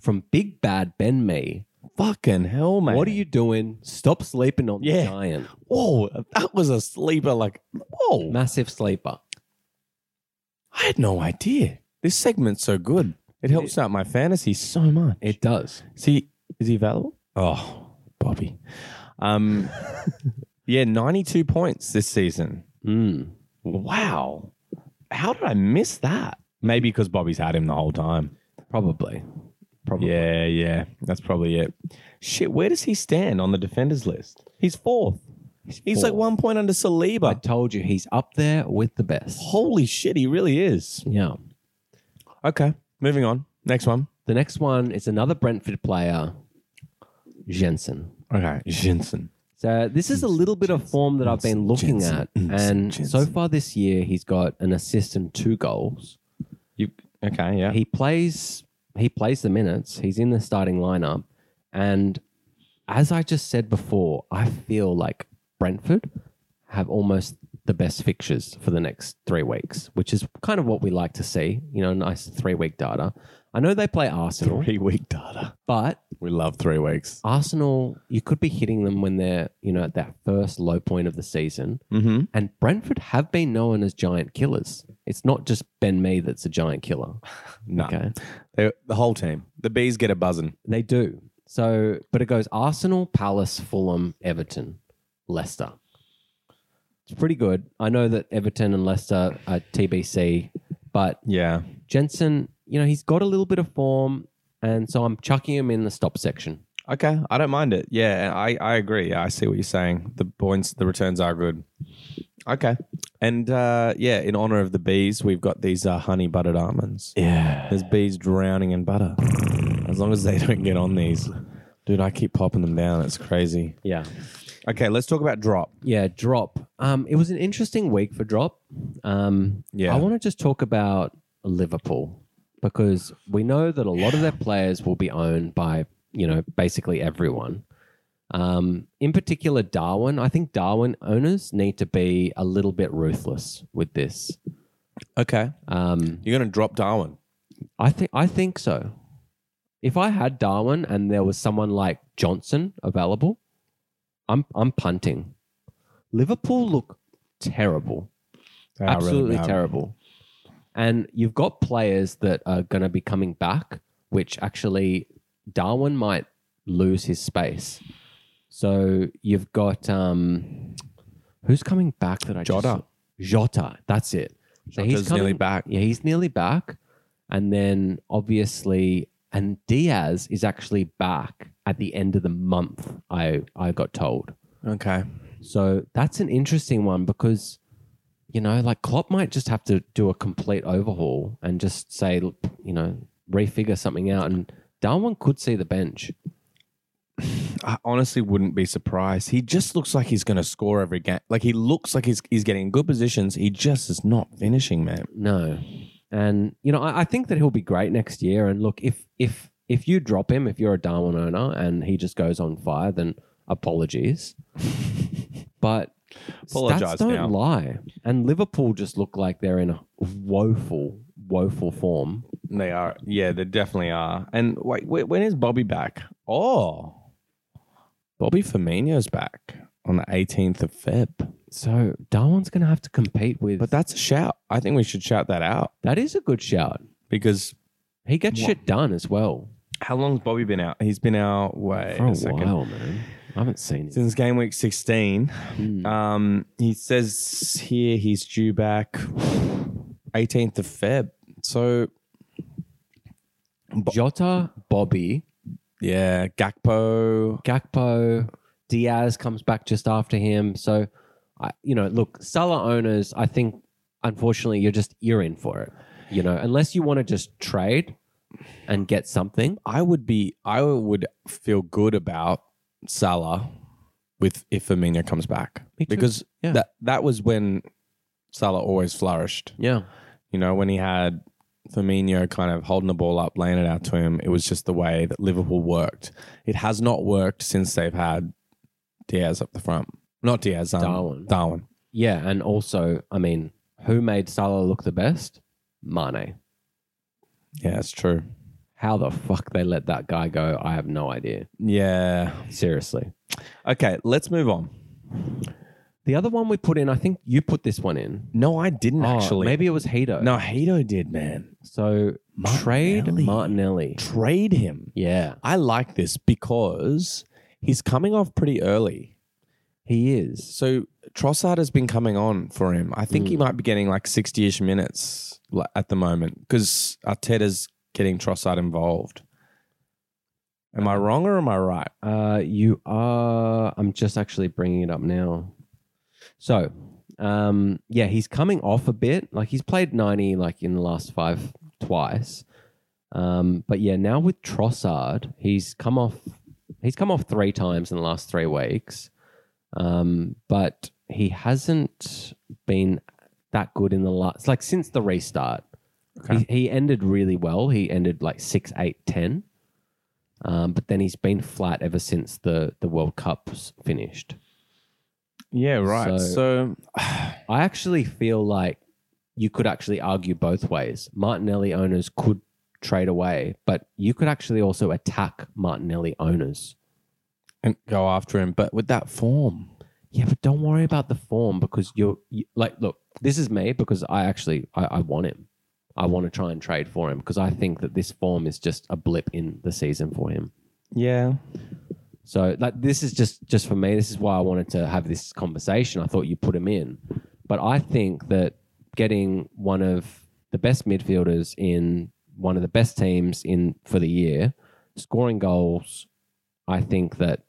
From Big Bad Ben Me. fucking hell, man. What are you doing? Stop sleeping on Yeah. the giant. Whoa, that was a sleeper. Like, whoa. Massive sleeper. I had no idea. This segment's so good. It helps out my fantasy so much. It does. See, is he available? Oh, Bobby. Um, yeah, 92 points this season. Mm. Wow. How did I miss that? Maybe because Bobby's had him the whole time. Probably. Probably. Yeah, yeah. That's probably it. Shit, where does he stand on the defenders list? He's fourth. He's, like fourth. one point under I Saliba. told you he's up there with the best. Holy shit, he really is. Yeah. Okay, moving on. Next one. The next one is another Brentford player, Jensen. Okay, Jensen. So this is a little bit of form that I've been looking Jensen, at, Jensen, and so Jensen. far this year he's got an assist and two goals. You okay? Yeah. He plays he plays the minutes. He's in the starting lineup, and as I just said before, I feel like Brentford have almost the best fixtures for the next three weeks, which is kind of what we like to see. You know, nice three week data. I know they play Arsenal, Three week data. but We love three weeks. Arsenal, you could be hitting them when they're, you know, at that first low point of the season. Mm-hmm. And Brentford have been known as giant killers. It's not just Ben Mee that's a giant killer. No, Okay. They- the whole team. The bees get a buzzing. They do. So, but it goes Arsenal, Palace, Fulham, Everton, Leicester. It's pretty good. I know that Everton and Leicester are TBC, but Yeah. Jensen, you know, he's got a little bit of form. And so I'm chucking him in the stop section. Okay, I don't mind it. Yeah, I, I agree. Yeah, I see what you're saying. The points, the returns are good. Okay, and uh, yeah, in honor of the bees, we've got these uh, honey buttered almonds. Yeah. There's bees drowning in butter. As long as they don't get on these, dude, I keep popping them down. It's crazy. Yeah. Okay, let's talk about drop. Yeah, drop. Um, it was an interesting week for drop. Um, Yeah. I want to just talk about Liverpool because we know that a lot of their players will be owned by you know basically everyone. Um, in particular, Darwin. I think Darwin owners need to be a little bit ruthless with this. Okay, Um, you're gonna drop Darwin. I think I think so. If I had Darwin and there was someone like Johnson available, I'm I'm punting. Liverpool look terrible. They are really absolutely bad. terrible. And you've got players that are going to be coming back, which actually Darwin might lose his space. So you've got um, who's coming back that I Jota. just Jota. That's it. So Jota's nearly back. Yeah, he's nearly back, and then obviously, and Diaz is actually back at the end of the month. I I got told. Okay. So that's an interesting one because, you know, like Klopp might just have to do a complete overhaul and just say, l- you know, refigure something out. And Darwin could see the bench. I honestly wouldn't be surprised. He just looks like he's going to score every game. Like he looks like he's he's getting in good positions. He just is not finishing, man. No, and you know, I, I think that he'll be great next year. And look, if if if you drop him, if you're a Darwin owner and he just goes on fire, then apologies. but Apologise stats don't now. lie, and Liverpool just look like they're in a woeful, woeful form. They are, yeah, they definitely are. And wait, wait when is Bobby back? Oh, Bobby Firmino's back on the 18th of Feb. So Darwin's going to have to compete with. But that's a shout. I think we should shout that out that is a good shout. because He gets Wha- shit done as well how long's Bobby been out? He's been out. Wait for a, a second. while, man. I haven't seen it. Since game week 16, Mm. Um, he says here he's due back 18th of Feb. So Um, Jota, Bobby, yeah, Gakpo. Gakpo, Diaz comes back just after him. So, I, you know, look, Salah owners, I think, unfortunately, you're just you're in for it. You know, unless you want to just trade and get something. I would be. I would feel good about Salah with if Firmino comes back Me too. because Yeah. that that was when Salah always flourished. Yeah. You know, when he had Firmino kind of holding the ball up, laying it out to him, it was just the way that Liverpool worked. It has not worked since they've had Diaz up the front. Not Diaz, um, Darwin. Darwin. Yeah. And also, I mean, who made Salah look the best? Mane. Yeah, it's true. How the fuck they let that guy go, I have no idea. Yeah. Seriously. Okay, let's move on. The other one we put in, I think you put this one in. No, I didn't Oh, actually. maybe it was Hedo. No, Hito did, man. So trade Martinelli. Martinelli. Trade him. Yeah. I like this because he's coming off pretty early. He is. So Trossard has been coming on for him. I think he might be getting like 60 ish minutes li- at the moment because Arteta's getting Trossard involved. Am I wrong or am I right? Uh, you are. I'm just actually bringing it up now. So, um, yeah, he's coming off a bit. Like he's played 90 like in the last five twice. Um, but yeah, now with Trossard, he's come off. He's come off three times in the last three weeks. Um, but he hasn't been that good in the last. Like since the restart, Okay. he, he ended really well. He ended like six, eight, ten. Um, but then he's been flat ever since the, the World Cup's finished. Yeah, right. So, I actually feel like you could actually argue both ways. Martinelli owners could trade away, but you could actually also attack Martinelli owners. and go after him, but with that form. Yeah, but don't worry about the form because you're you, like, look, this is me because I actually I, I want him. I want to try and trade for him because I think that this form is just a blip in the season for him. Yeah. So like this is just just for me. This is why I wanted to have this conversation. I thought you put him in, but I think that getting one of the best midfielders in one of the best teams in for the year, scoring goals, I think that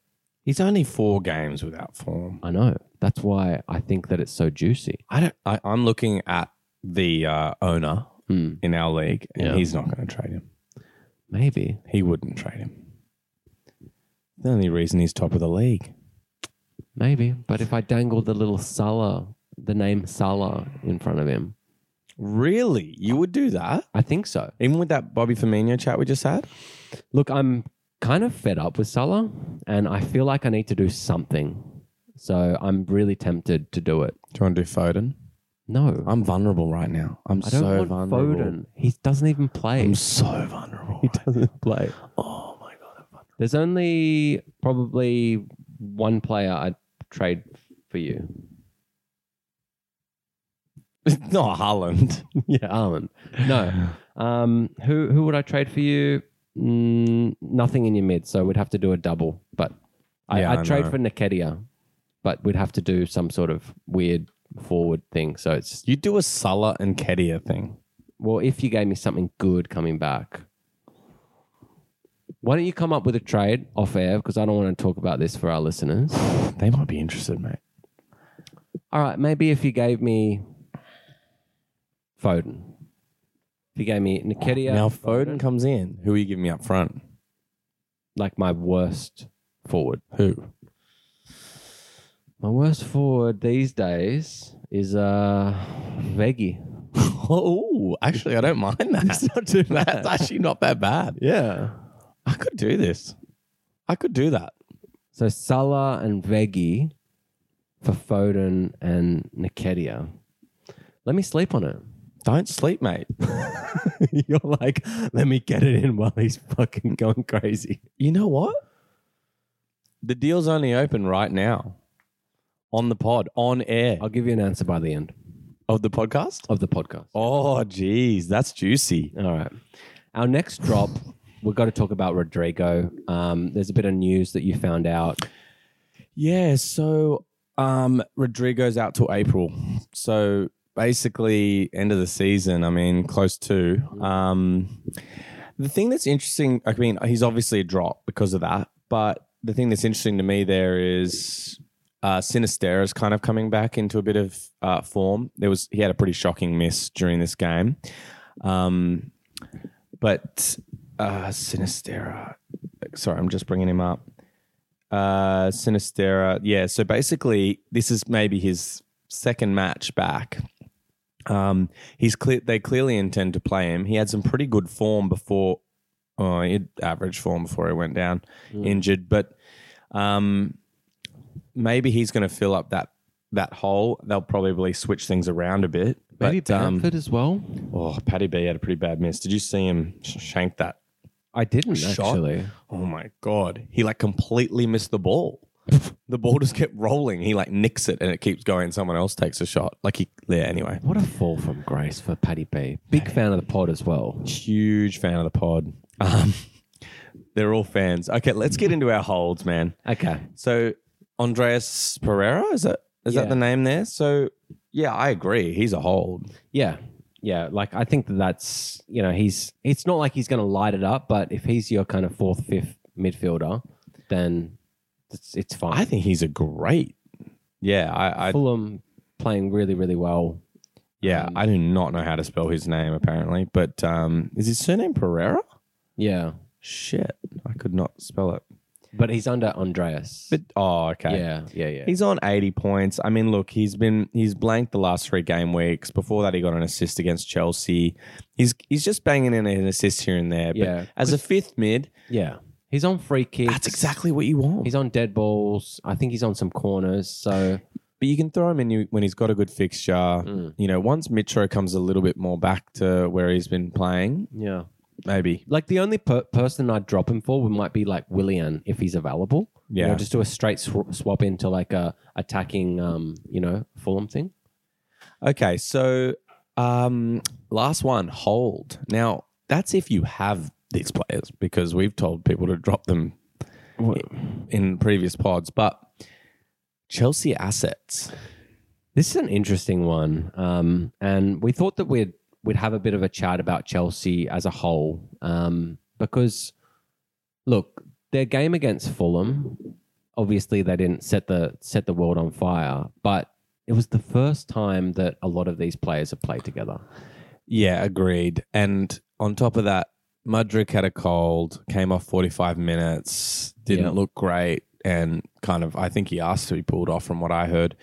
He's only four games without form. I know. That's why I think that it's so juicy. I don't. I, I'm looking at the uh, owner Hmm, in our league, and Yeah. he's not going to trade him. maybe. He wouldn't trade him. The only reason he's top of the league. Maybe. But if I dangle the little Salah, the name Salah in front of him, Really, you would do that, I think so. even with that Bobby Firmino chat we just had. Look, I'm kind of fed up with Salah and I feel like I need to do something. So I'm really tempted to do it. Do you want to do Foden? No. I'm vulnerable right now. I'm I don't so want vulnerable. Foden. He doesn't even play. I'm so vulnerable. He doesn't play. Oh my god. I'm vulnerable. There's only probably one player I'd trade for you. It's not Haaland. yeah, Arlen. No. Um, who who would I trade for you? Mm, nothing in your mid, so we'd have to do a double. But I, Yeah, I'd I trade know. for Nikedia, but we'd have to do some sort of weird forward thing. So it's You do a Salah and Kedia thing. Well, if you gave me something good coming back, why don't you come up with a trade off air? Because I don't want to talk about this for our listeners. They might be interested, mate. All right, maybe if you gave me Foden, if you gave me Nikedia, now Foden comes in. Who are you giving me up front? like my worst forward. Who? My worst forward these days is uh Veggie. Oh, actually, I don't mind that. It's not too bad. It's actually not that bad. Yeah. I could do this. I could do that. So Salah and Veggie for Foden and Nikedia. Let me sleep on it. Don't sleep, mate. You're like, let me get it in while he's fucking going crazy. You know what? The deal's only open right now on the pod, on air I'll give you an answer by the end of the podcast. of the podcast. Oh, geez, that's juicy. All right. Our next drop, we've got to talk about Rodrigo. Um, there's a bit of news that you found out. Yeah. So, um, Rodrigo's out till April. So basically, end of the season. I mean, close to. Um, the thing that's interesting. I mean, he's obviously a drop because of that. But the thing that's interesting to me there is. Uh, Sinisterra is kind of coming back into a bit of uh, form. There was he had a pretty shocking miss during this game, um, but uh, Sinisterra. Sorry, I'm just bringing him up. Uh, Sinistera. Yeah. So basically, this is maybe his second match back Um, he's clear. They clearly intend to play him. He had some pretty good form before, uh, he had average form before he went down injured. But um, maybe he's going to fill up that that hole. They'll probably switch things around a bit. Maybe but, um, Bamford as well. oh, Paddy B had a pretty bad miss. Did you see him sh- shank that? I didn't Shot? Hmm, actually. Oh my god, he like completely missed the ball. the ball just kept rolling. He like nicks it and it keeps going. Someone else takes a shot. Like he, yeah. Anyway, What a fall from grace for Paddy B. Big fan of the pod as well. huge fan of the pod. Um, they're all fans. Okay, let's get into our holds, man. Okay. So Andreas Pereira is that is Yeah. that the name there? So yeah, I agree. He's a hold. Yeah. Yeah. Like I think that that's you know he's it's not like he's going to light it up, but if he's your kind of fourth, fifth midfielder, then it's it's fine. I think he's a great. Yeah, I, I Fulham playing really really well. yeah I do not know how to spell his name apparently, but um, is his surname Pereira? Yeah. Shit, I could not spell it. But he's under Andreas. But oh, okay. yeah, yeah, yeah. He's on 80 points. I mean, look, he's been he's blanked the last three game weeks. Before that, he got an assist against Chelsea. He's he's just banging in an assist here and there. But Yeah. as a fifth mid, yeah. He's on free kicks. that's exactly what you want. He's on dead balls. I think he's on some corners. So but you can throw him in you- when he's got a good fixture. You know, once Mitro comes a little bit more back to where he's been playing, yeah. maybe. Like the only per- person I'd drop him for would might be like Willian if he's available. You know, Yeah. just do a straight sw- swap into like a attacking, um, you know, Fulham thing. Okay, so um last one, hold. Now, that's if you have these players because we've told people to drop them in previous pods, but Chelsea assets. This is an interesting one, um, and we thought that we'd we'd have a bit of a chat about Chelsea as a whole um, because, look, their game against Fulham, obviously they didn't set the set the world on fire, but it was the first time that a lot of these players have played together. Yeah, agreed. And on top of that, Mudrick had a cold, came off 45 minutes, didn't Yeah. look great, and kind of, I think he asked to be pulled off from what I heard.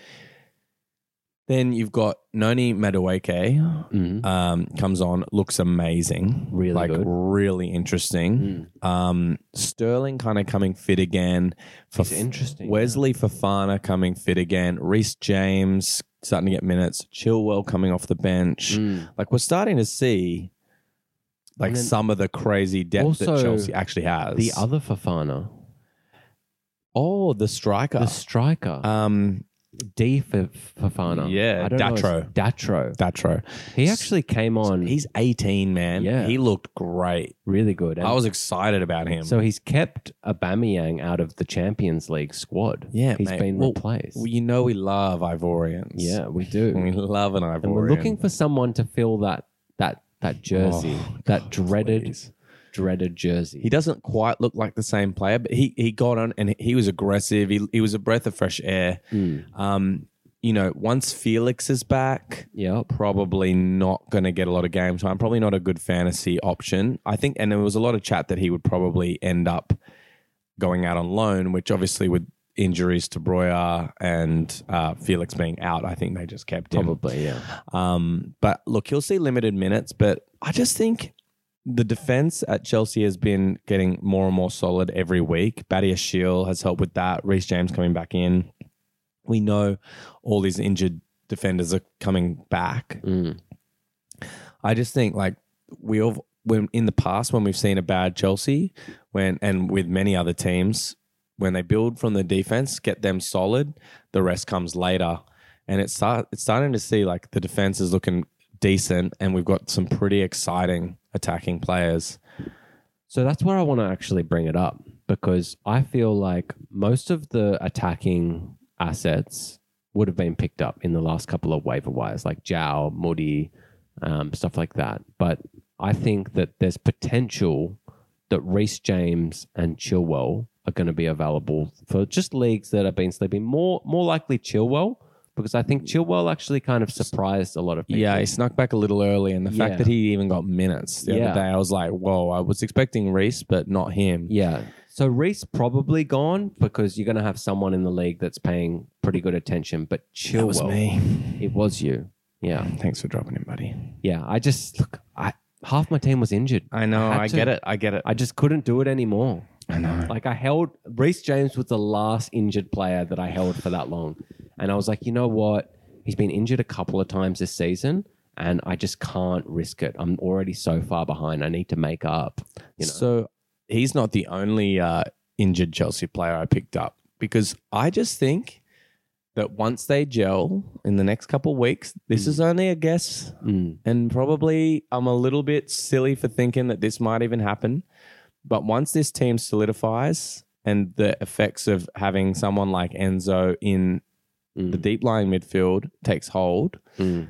Then you've got Noni Madueke, Mm. um, comes on, looks amazing. Really Like, good. Mm. really Mm-hmm. interesting. Um, Sterling kind of coming fit again. For It's interesting. Wesley Fafana coming fit again. Reese James starting to get minutes. Chilwell coming off the bench. Mm. Like we're starting to see like And then some of the crazy depth that also Chelsea actually has. the other Fafana, oh, the striker. the striker, um, D for Fafana. Yeah, I don't know his- Datro. Datro. Datro. He actually came on. He's 18, man. Yeah. He looked great. really good. and- I was excited about him. So he's kept Aubameyang out of the Champions League squad. Yeah, he's mate. been Well, replaced. Well, you know we love Ivorians. yeah, we do. We love an Ivorian. and we're looking for someone to fill that that that jersey, Oh, that God, dreaded please. dreaded jersey. He doesn't quite look like the same player, but he, he got on and he was aggressive. He, he was a breath of fresh air. Mm. Um, you know, once Felix is back, Yep. probably not going to get a lot of game time. Probably not a good fantasy option. I think, and there was a lot of chat that he would probably end up going out on loan, which obviously with injuries to Breuer and uh, Felix being out, I think they just kept him. Probably, yeah. Um, but look, he'll see limited minutes, but I just think the defense at Chelsea has been getting more and more solid every week. Batty Shield has helped with that. Reece James coming back in. We know all these injured defenders are coming back. Mm. I just think like we all when in the past when we've seen a bad Chelsea when and with many other teams when they build from the defense, get them solid, the rest comes later. And it's start, it's starting to see like the defense is looking decent and we've got some pretty exciting attacking players. So that's where I want to actually bring it up because I feel like most of the attacking assets would have been picked up in the last couple of waiver wires, like Zhao, Moody, um, stuff like that. But I think that there's potential that Reese James and Chilwell are going to be available for just leagues that have been sleeping. More, more likely Chilwell because I think Chilwell actually kind of surprised a lot of people. Yeah, he snuck back a little early and the Yeah. fact that he even got minutes the Yeah. other day I was like, "Whoa, I was expecting Reese but not him." Yeah. So Reese probably gone because you're going to have someone in the league that's paying pretty good attention. But Chilwell, That was me. it was you. Yeah. Thanks for dropping him, buddy. Yeah. I just, look, I, half my team was injured. I know. I had I to. get it. I get it. I just couldn't do it anymore. I know. Like I held Reese James was the last injured player that I held for that long. And I was like, you know what? He's been injured a couple of times this season and I just can't risk it. I'm already so far behind. I need to make up. You know. So he's not the only uh, injured Chelsea player I picked up because I just think that once they gel in the next couple weeks, Hmm. this is only a guess, Mm. and probably I'm a little bit silly for thinking that this might even happen. But once this team solidifies and the effects of having someone like Enzo in Mm. the deep lying midfield takes hold, Mm.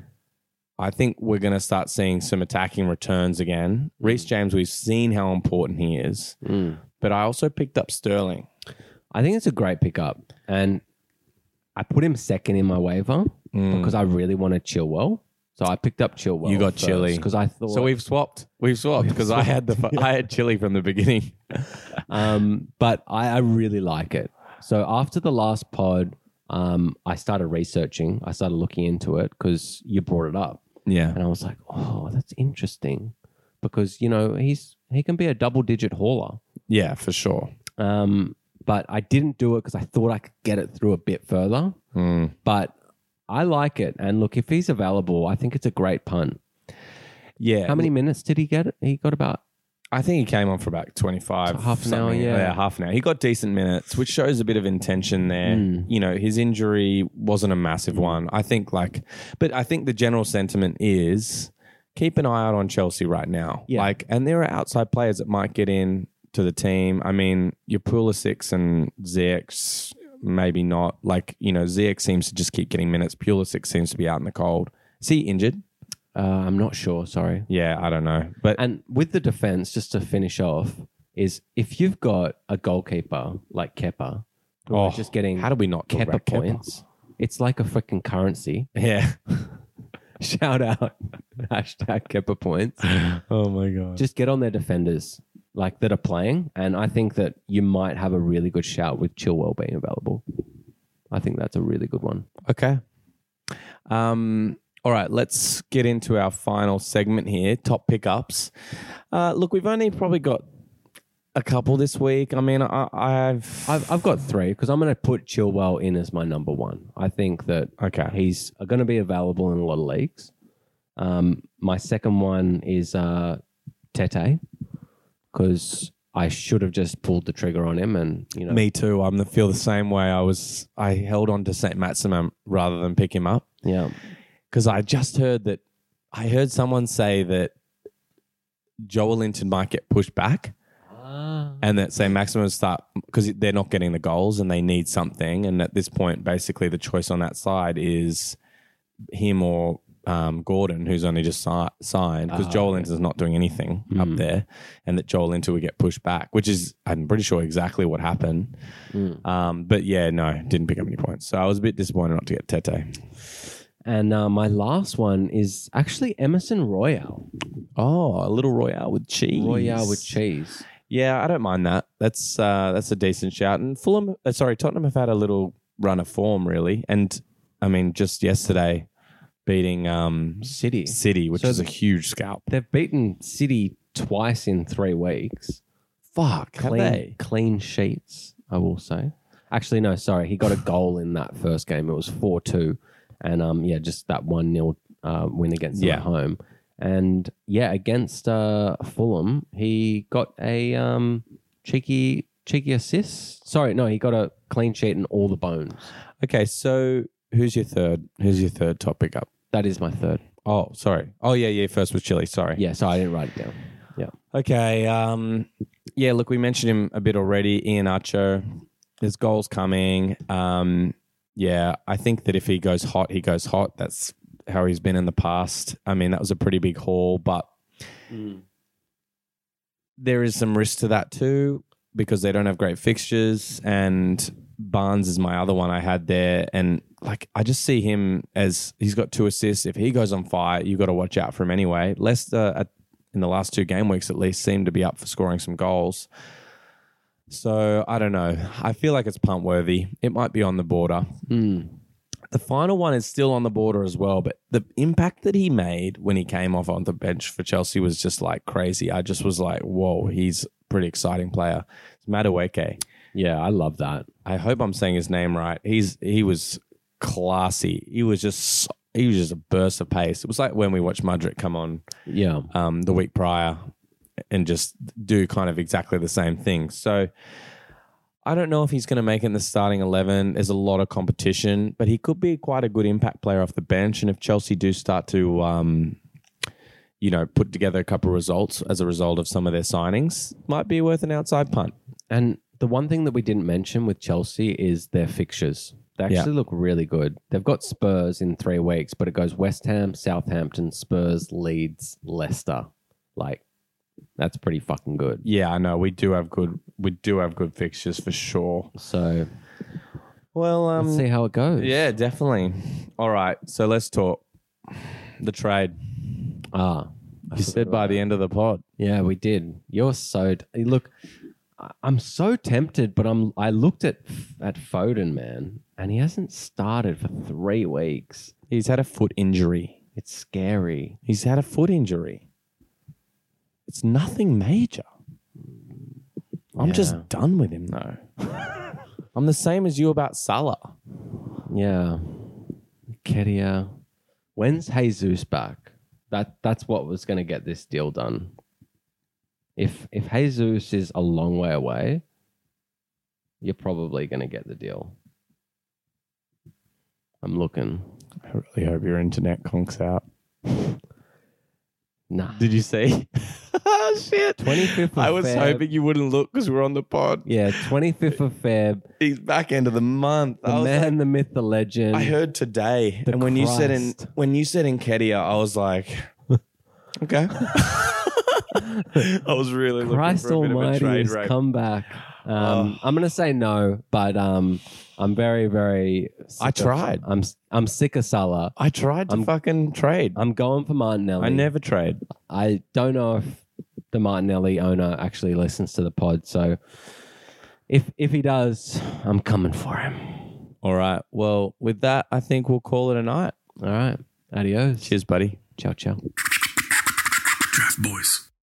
I think we're going to start seeing some attacking returns again. Hmm. Reece James, we've seen how important he is Mm. but I also picked up Sterling. I think it's a great pickup. And I put him second in my waiver Mm. because I really wanted Chilwell. So I picked up Chilwell. You got Chilly. Because I thought so we've swapped. We've swapped because I had the I had Chile from the beginning. um, but I, I really like it. So after the last pod, um, I started researching. I started looking into it because you brought it up, Yeah. and I was like, "Oh, that's interesting," because you know he's he can be a double-digit hauler. Yeah, for sure. Um, but I didn't do it because I thought I could get it through a bit further. Mm. But I like it, and look, if he's available, I think it's a great punt. Yeah. How many minutes did he get? He got about I think he came on for about 25. Half an hour, something. yeah. half an hour. He got decent minutes, which shows a bit of intention there. Mm. You know, his injury wasn't a massive Hmm. one. I think, like, but I think the general sentiment is keep an eye out on Chelsea right now. Yeah. Like, and there are outside players that might get in to the team. I mean, your pool of six and ZX, maybe not. Like, you know, ZX seems to just keep getting minutes. Pulisic seems to be out in the cold. Is he injured? uh, I'm not sure. Sorry, Yeah, I don't know. But And with the defense, just to finish off, is if you've got a goalkeeper like Keppa, who are Oh, just getting how do we not talk Keppa about Kepa? points, it's like a freaking currency. Yeah. Shout out hashtag Keppa points. oh my god. Just get on their defenders like that are playing, and I think that you might have a really good shout with Chilwell being available. I think that's a really good one. Okay. Um, all right, let's get into our final segment here top pickups. Uh, look, we've only probably got a couple this week. I mean, I, I've, I've, I've got three because I'm going to put Chilwell in as my number one. I think that Okay. he's going to be available in a lot of leagues. Um, my second one is uh, Tete because I should have just pulled the trigger on him, and you know, Me too. I'm the feel the same way. I was I held on to Saint Maximum rather than pick him up yeah, because I just heard that I heard someone say that Joel Linton might get pushed back. and that say maximum start because they're not getting the goals and they need something. And at this point, basically, the choice on that side is him or um, Gordon, who's only just si- signed because Ah, Joel okay. Linton's not doing anything Mm. up there, and that Joel Linton would get pushed back, which is I'm pretty sure exactly what happened. Mm. Um, but yeah, no, didn't pick up any points, so I was a bit disappointed not to get Tete. and uh, my last one is actually Emerson Royale, Oh, a little Royale with cheese. Royale with cheese. Yeah, I don't mind that. That's uh, that's a decent shout. And Fulham, uh, sorry, Tottenham have had a little run of form really, and I mean just yesterday beating um, City. City, which So is a the- huge scalp. They've beaten City twice in three weeks. Fuck, have Clean, they? clean sheets, I will say. Actually, no, sorry. He got a goal in that first game. It was 4 2. And um, yeah, just that 1 0 uh, win against them Yeah. at home. And yeah, against uh, Fulham, he got a um, cheeky cheeky assist. Sorry, no, he got a clean sheet and all the bones. Okay, so who's your third? Who's your third top pickup? That is my third. Oh, sorry. Oh yeah, yeah. First was Chile. Sorry. Yeah, sorry, I didn't write it down. Okay. Um, yeah, look, we mentioned him a bit already. Ian Acho, there's goals coming. Um, yeah, I think that if he goes hot, he goes hot. That's how he's been in the past. I mean, that was a pretty big haul, but Mm. there is some risk to that too because they don't have great fixtures and Barnes is my other one I had there and like I just see him as he's got two assists if he goes on fire you got to watch out for him anyway Leicester at, in the last two game weeks at least seem to be up for scoring some goals so I don't know I feel like it's punt worthy it might be on the border Mm. the final one is still on the border as well, but the impact that he made when he came off on the bench for Chelsea was just like crazy. I just was like, whoa, he's a pretty exciting player. It's Madueke. Yeah, I love that. I hope I'm saying his name right. He's he was classy. He was just so- he was just a burst of pace. It was like when we watched Mudrick come on Yeah. um, the week prior and just do kind of exactly the same thing. So I don't know if he's going to make it in the starting 11. There's a lot of competition, but he could be quite a good impact player off the bench. And if Chelsea do start to, um, you know, put together a couple of results as a result of some of their signings, might be worth an outside punt. And the one thing that we didn't mention with Chelsea is their fixtures. They actually Yeah. look really good. They've got Spurs in three weeks, but it goes West Ham, Southampton, Spurs, Leeds, Leicester. Like, that's pretty fucking good. Yeah, I know we do have good we do have good fixtures for sure. So Well, um, let's see how it goes. yeah, definitely. All right, so let's talk the trade. Ah, You said by the end of the pod. yeah, we did. You're so d- look. I- I'm so tempted, but I'm. I looked at at Foden, man, and he hasn't started for three weeks. He's had a foot injury. It's scary. He's had a foot injury. It's nothing major. I'm Yeah. just done with him though. I'm the same as you about Salah. Yeah. Kedia. When's Jesus back? That that's what was gonna get this deal done. If if Jesus is a long way away, you're probably gonna get the deal. I'm looking. I really hope your internet conks out. Nah. Did you see? oh, shit. 25th of I was Feb. hoping you wouldn't look because we're on the pod. Yeah, 25th of Feb. He's back end of the month. The I was man, like- the myth, the legend. I heard today, The and when you said in Christ. when you said in Kedia, I was like, okay. I was really Christ looking for a bit of a Almighty trade has rape. come back. Um, I'm gonna say no, but um, I'm very, very. Sick I of- tried. I'm I'm sick of Salah. I tried to I'm- fucking trade. I'm going for Martinelli. I never trade. I don't know if the Martinelli owner actually listens to the pod. So if if he does, I'm coming for him. All right. Well, with that, I think we'll call it a night. All right. Adios. Cheers, buddy. Ciao, ciao. Draft Boys.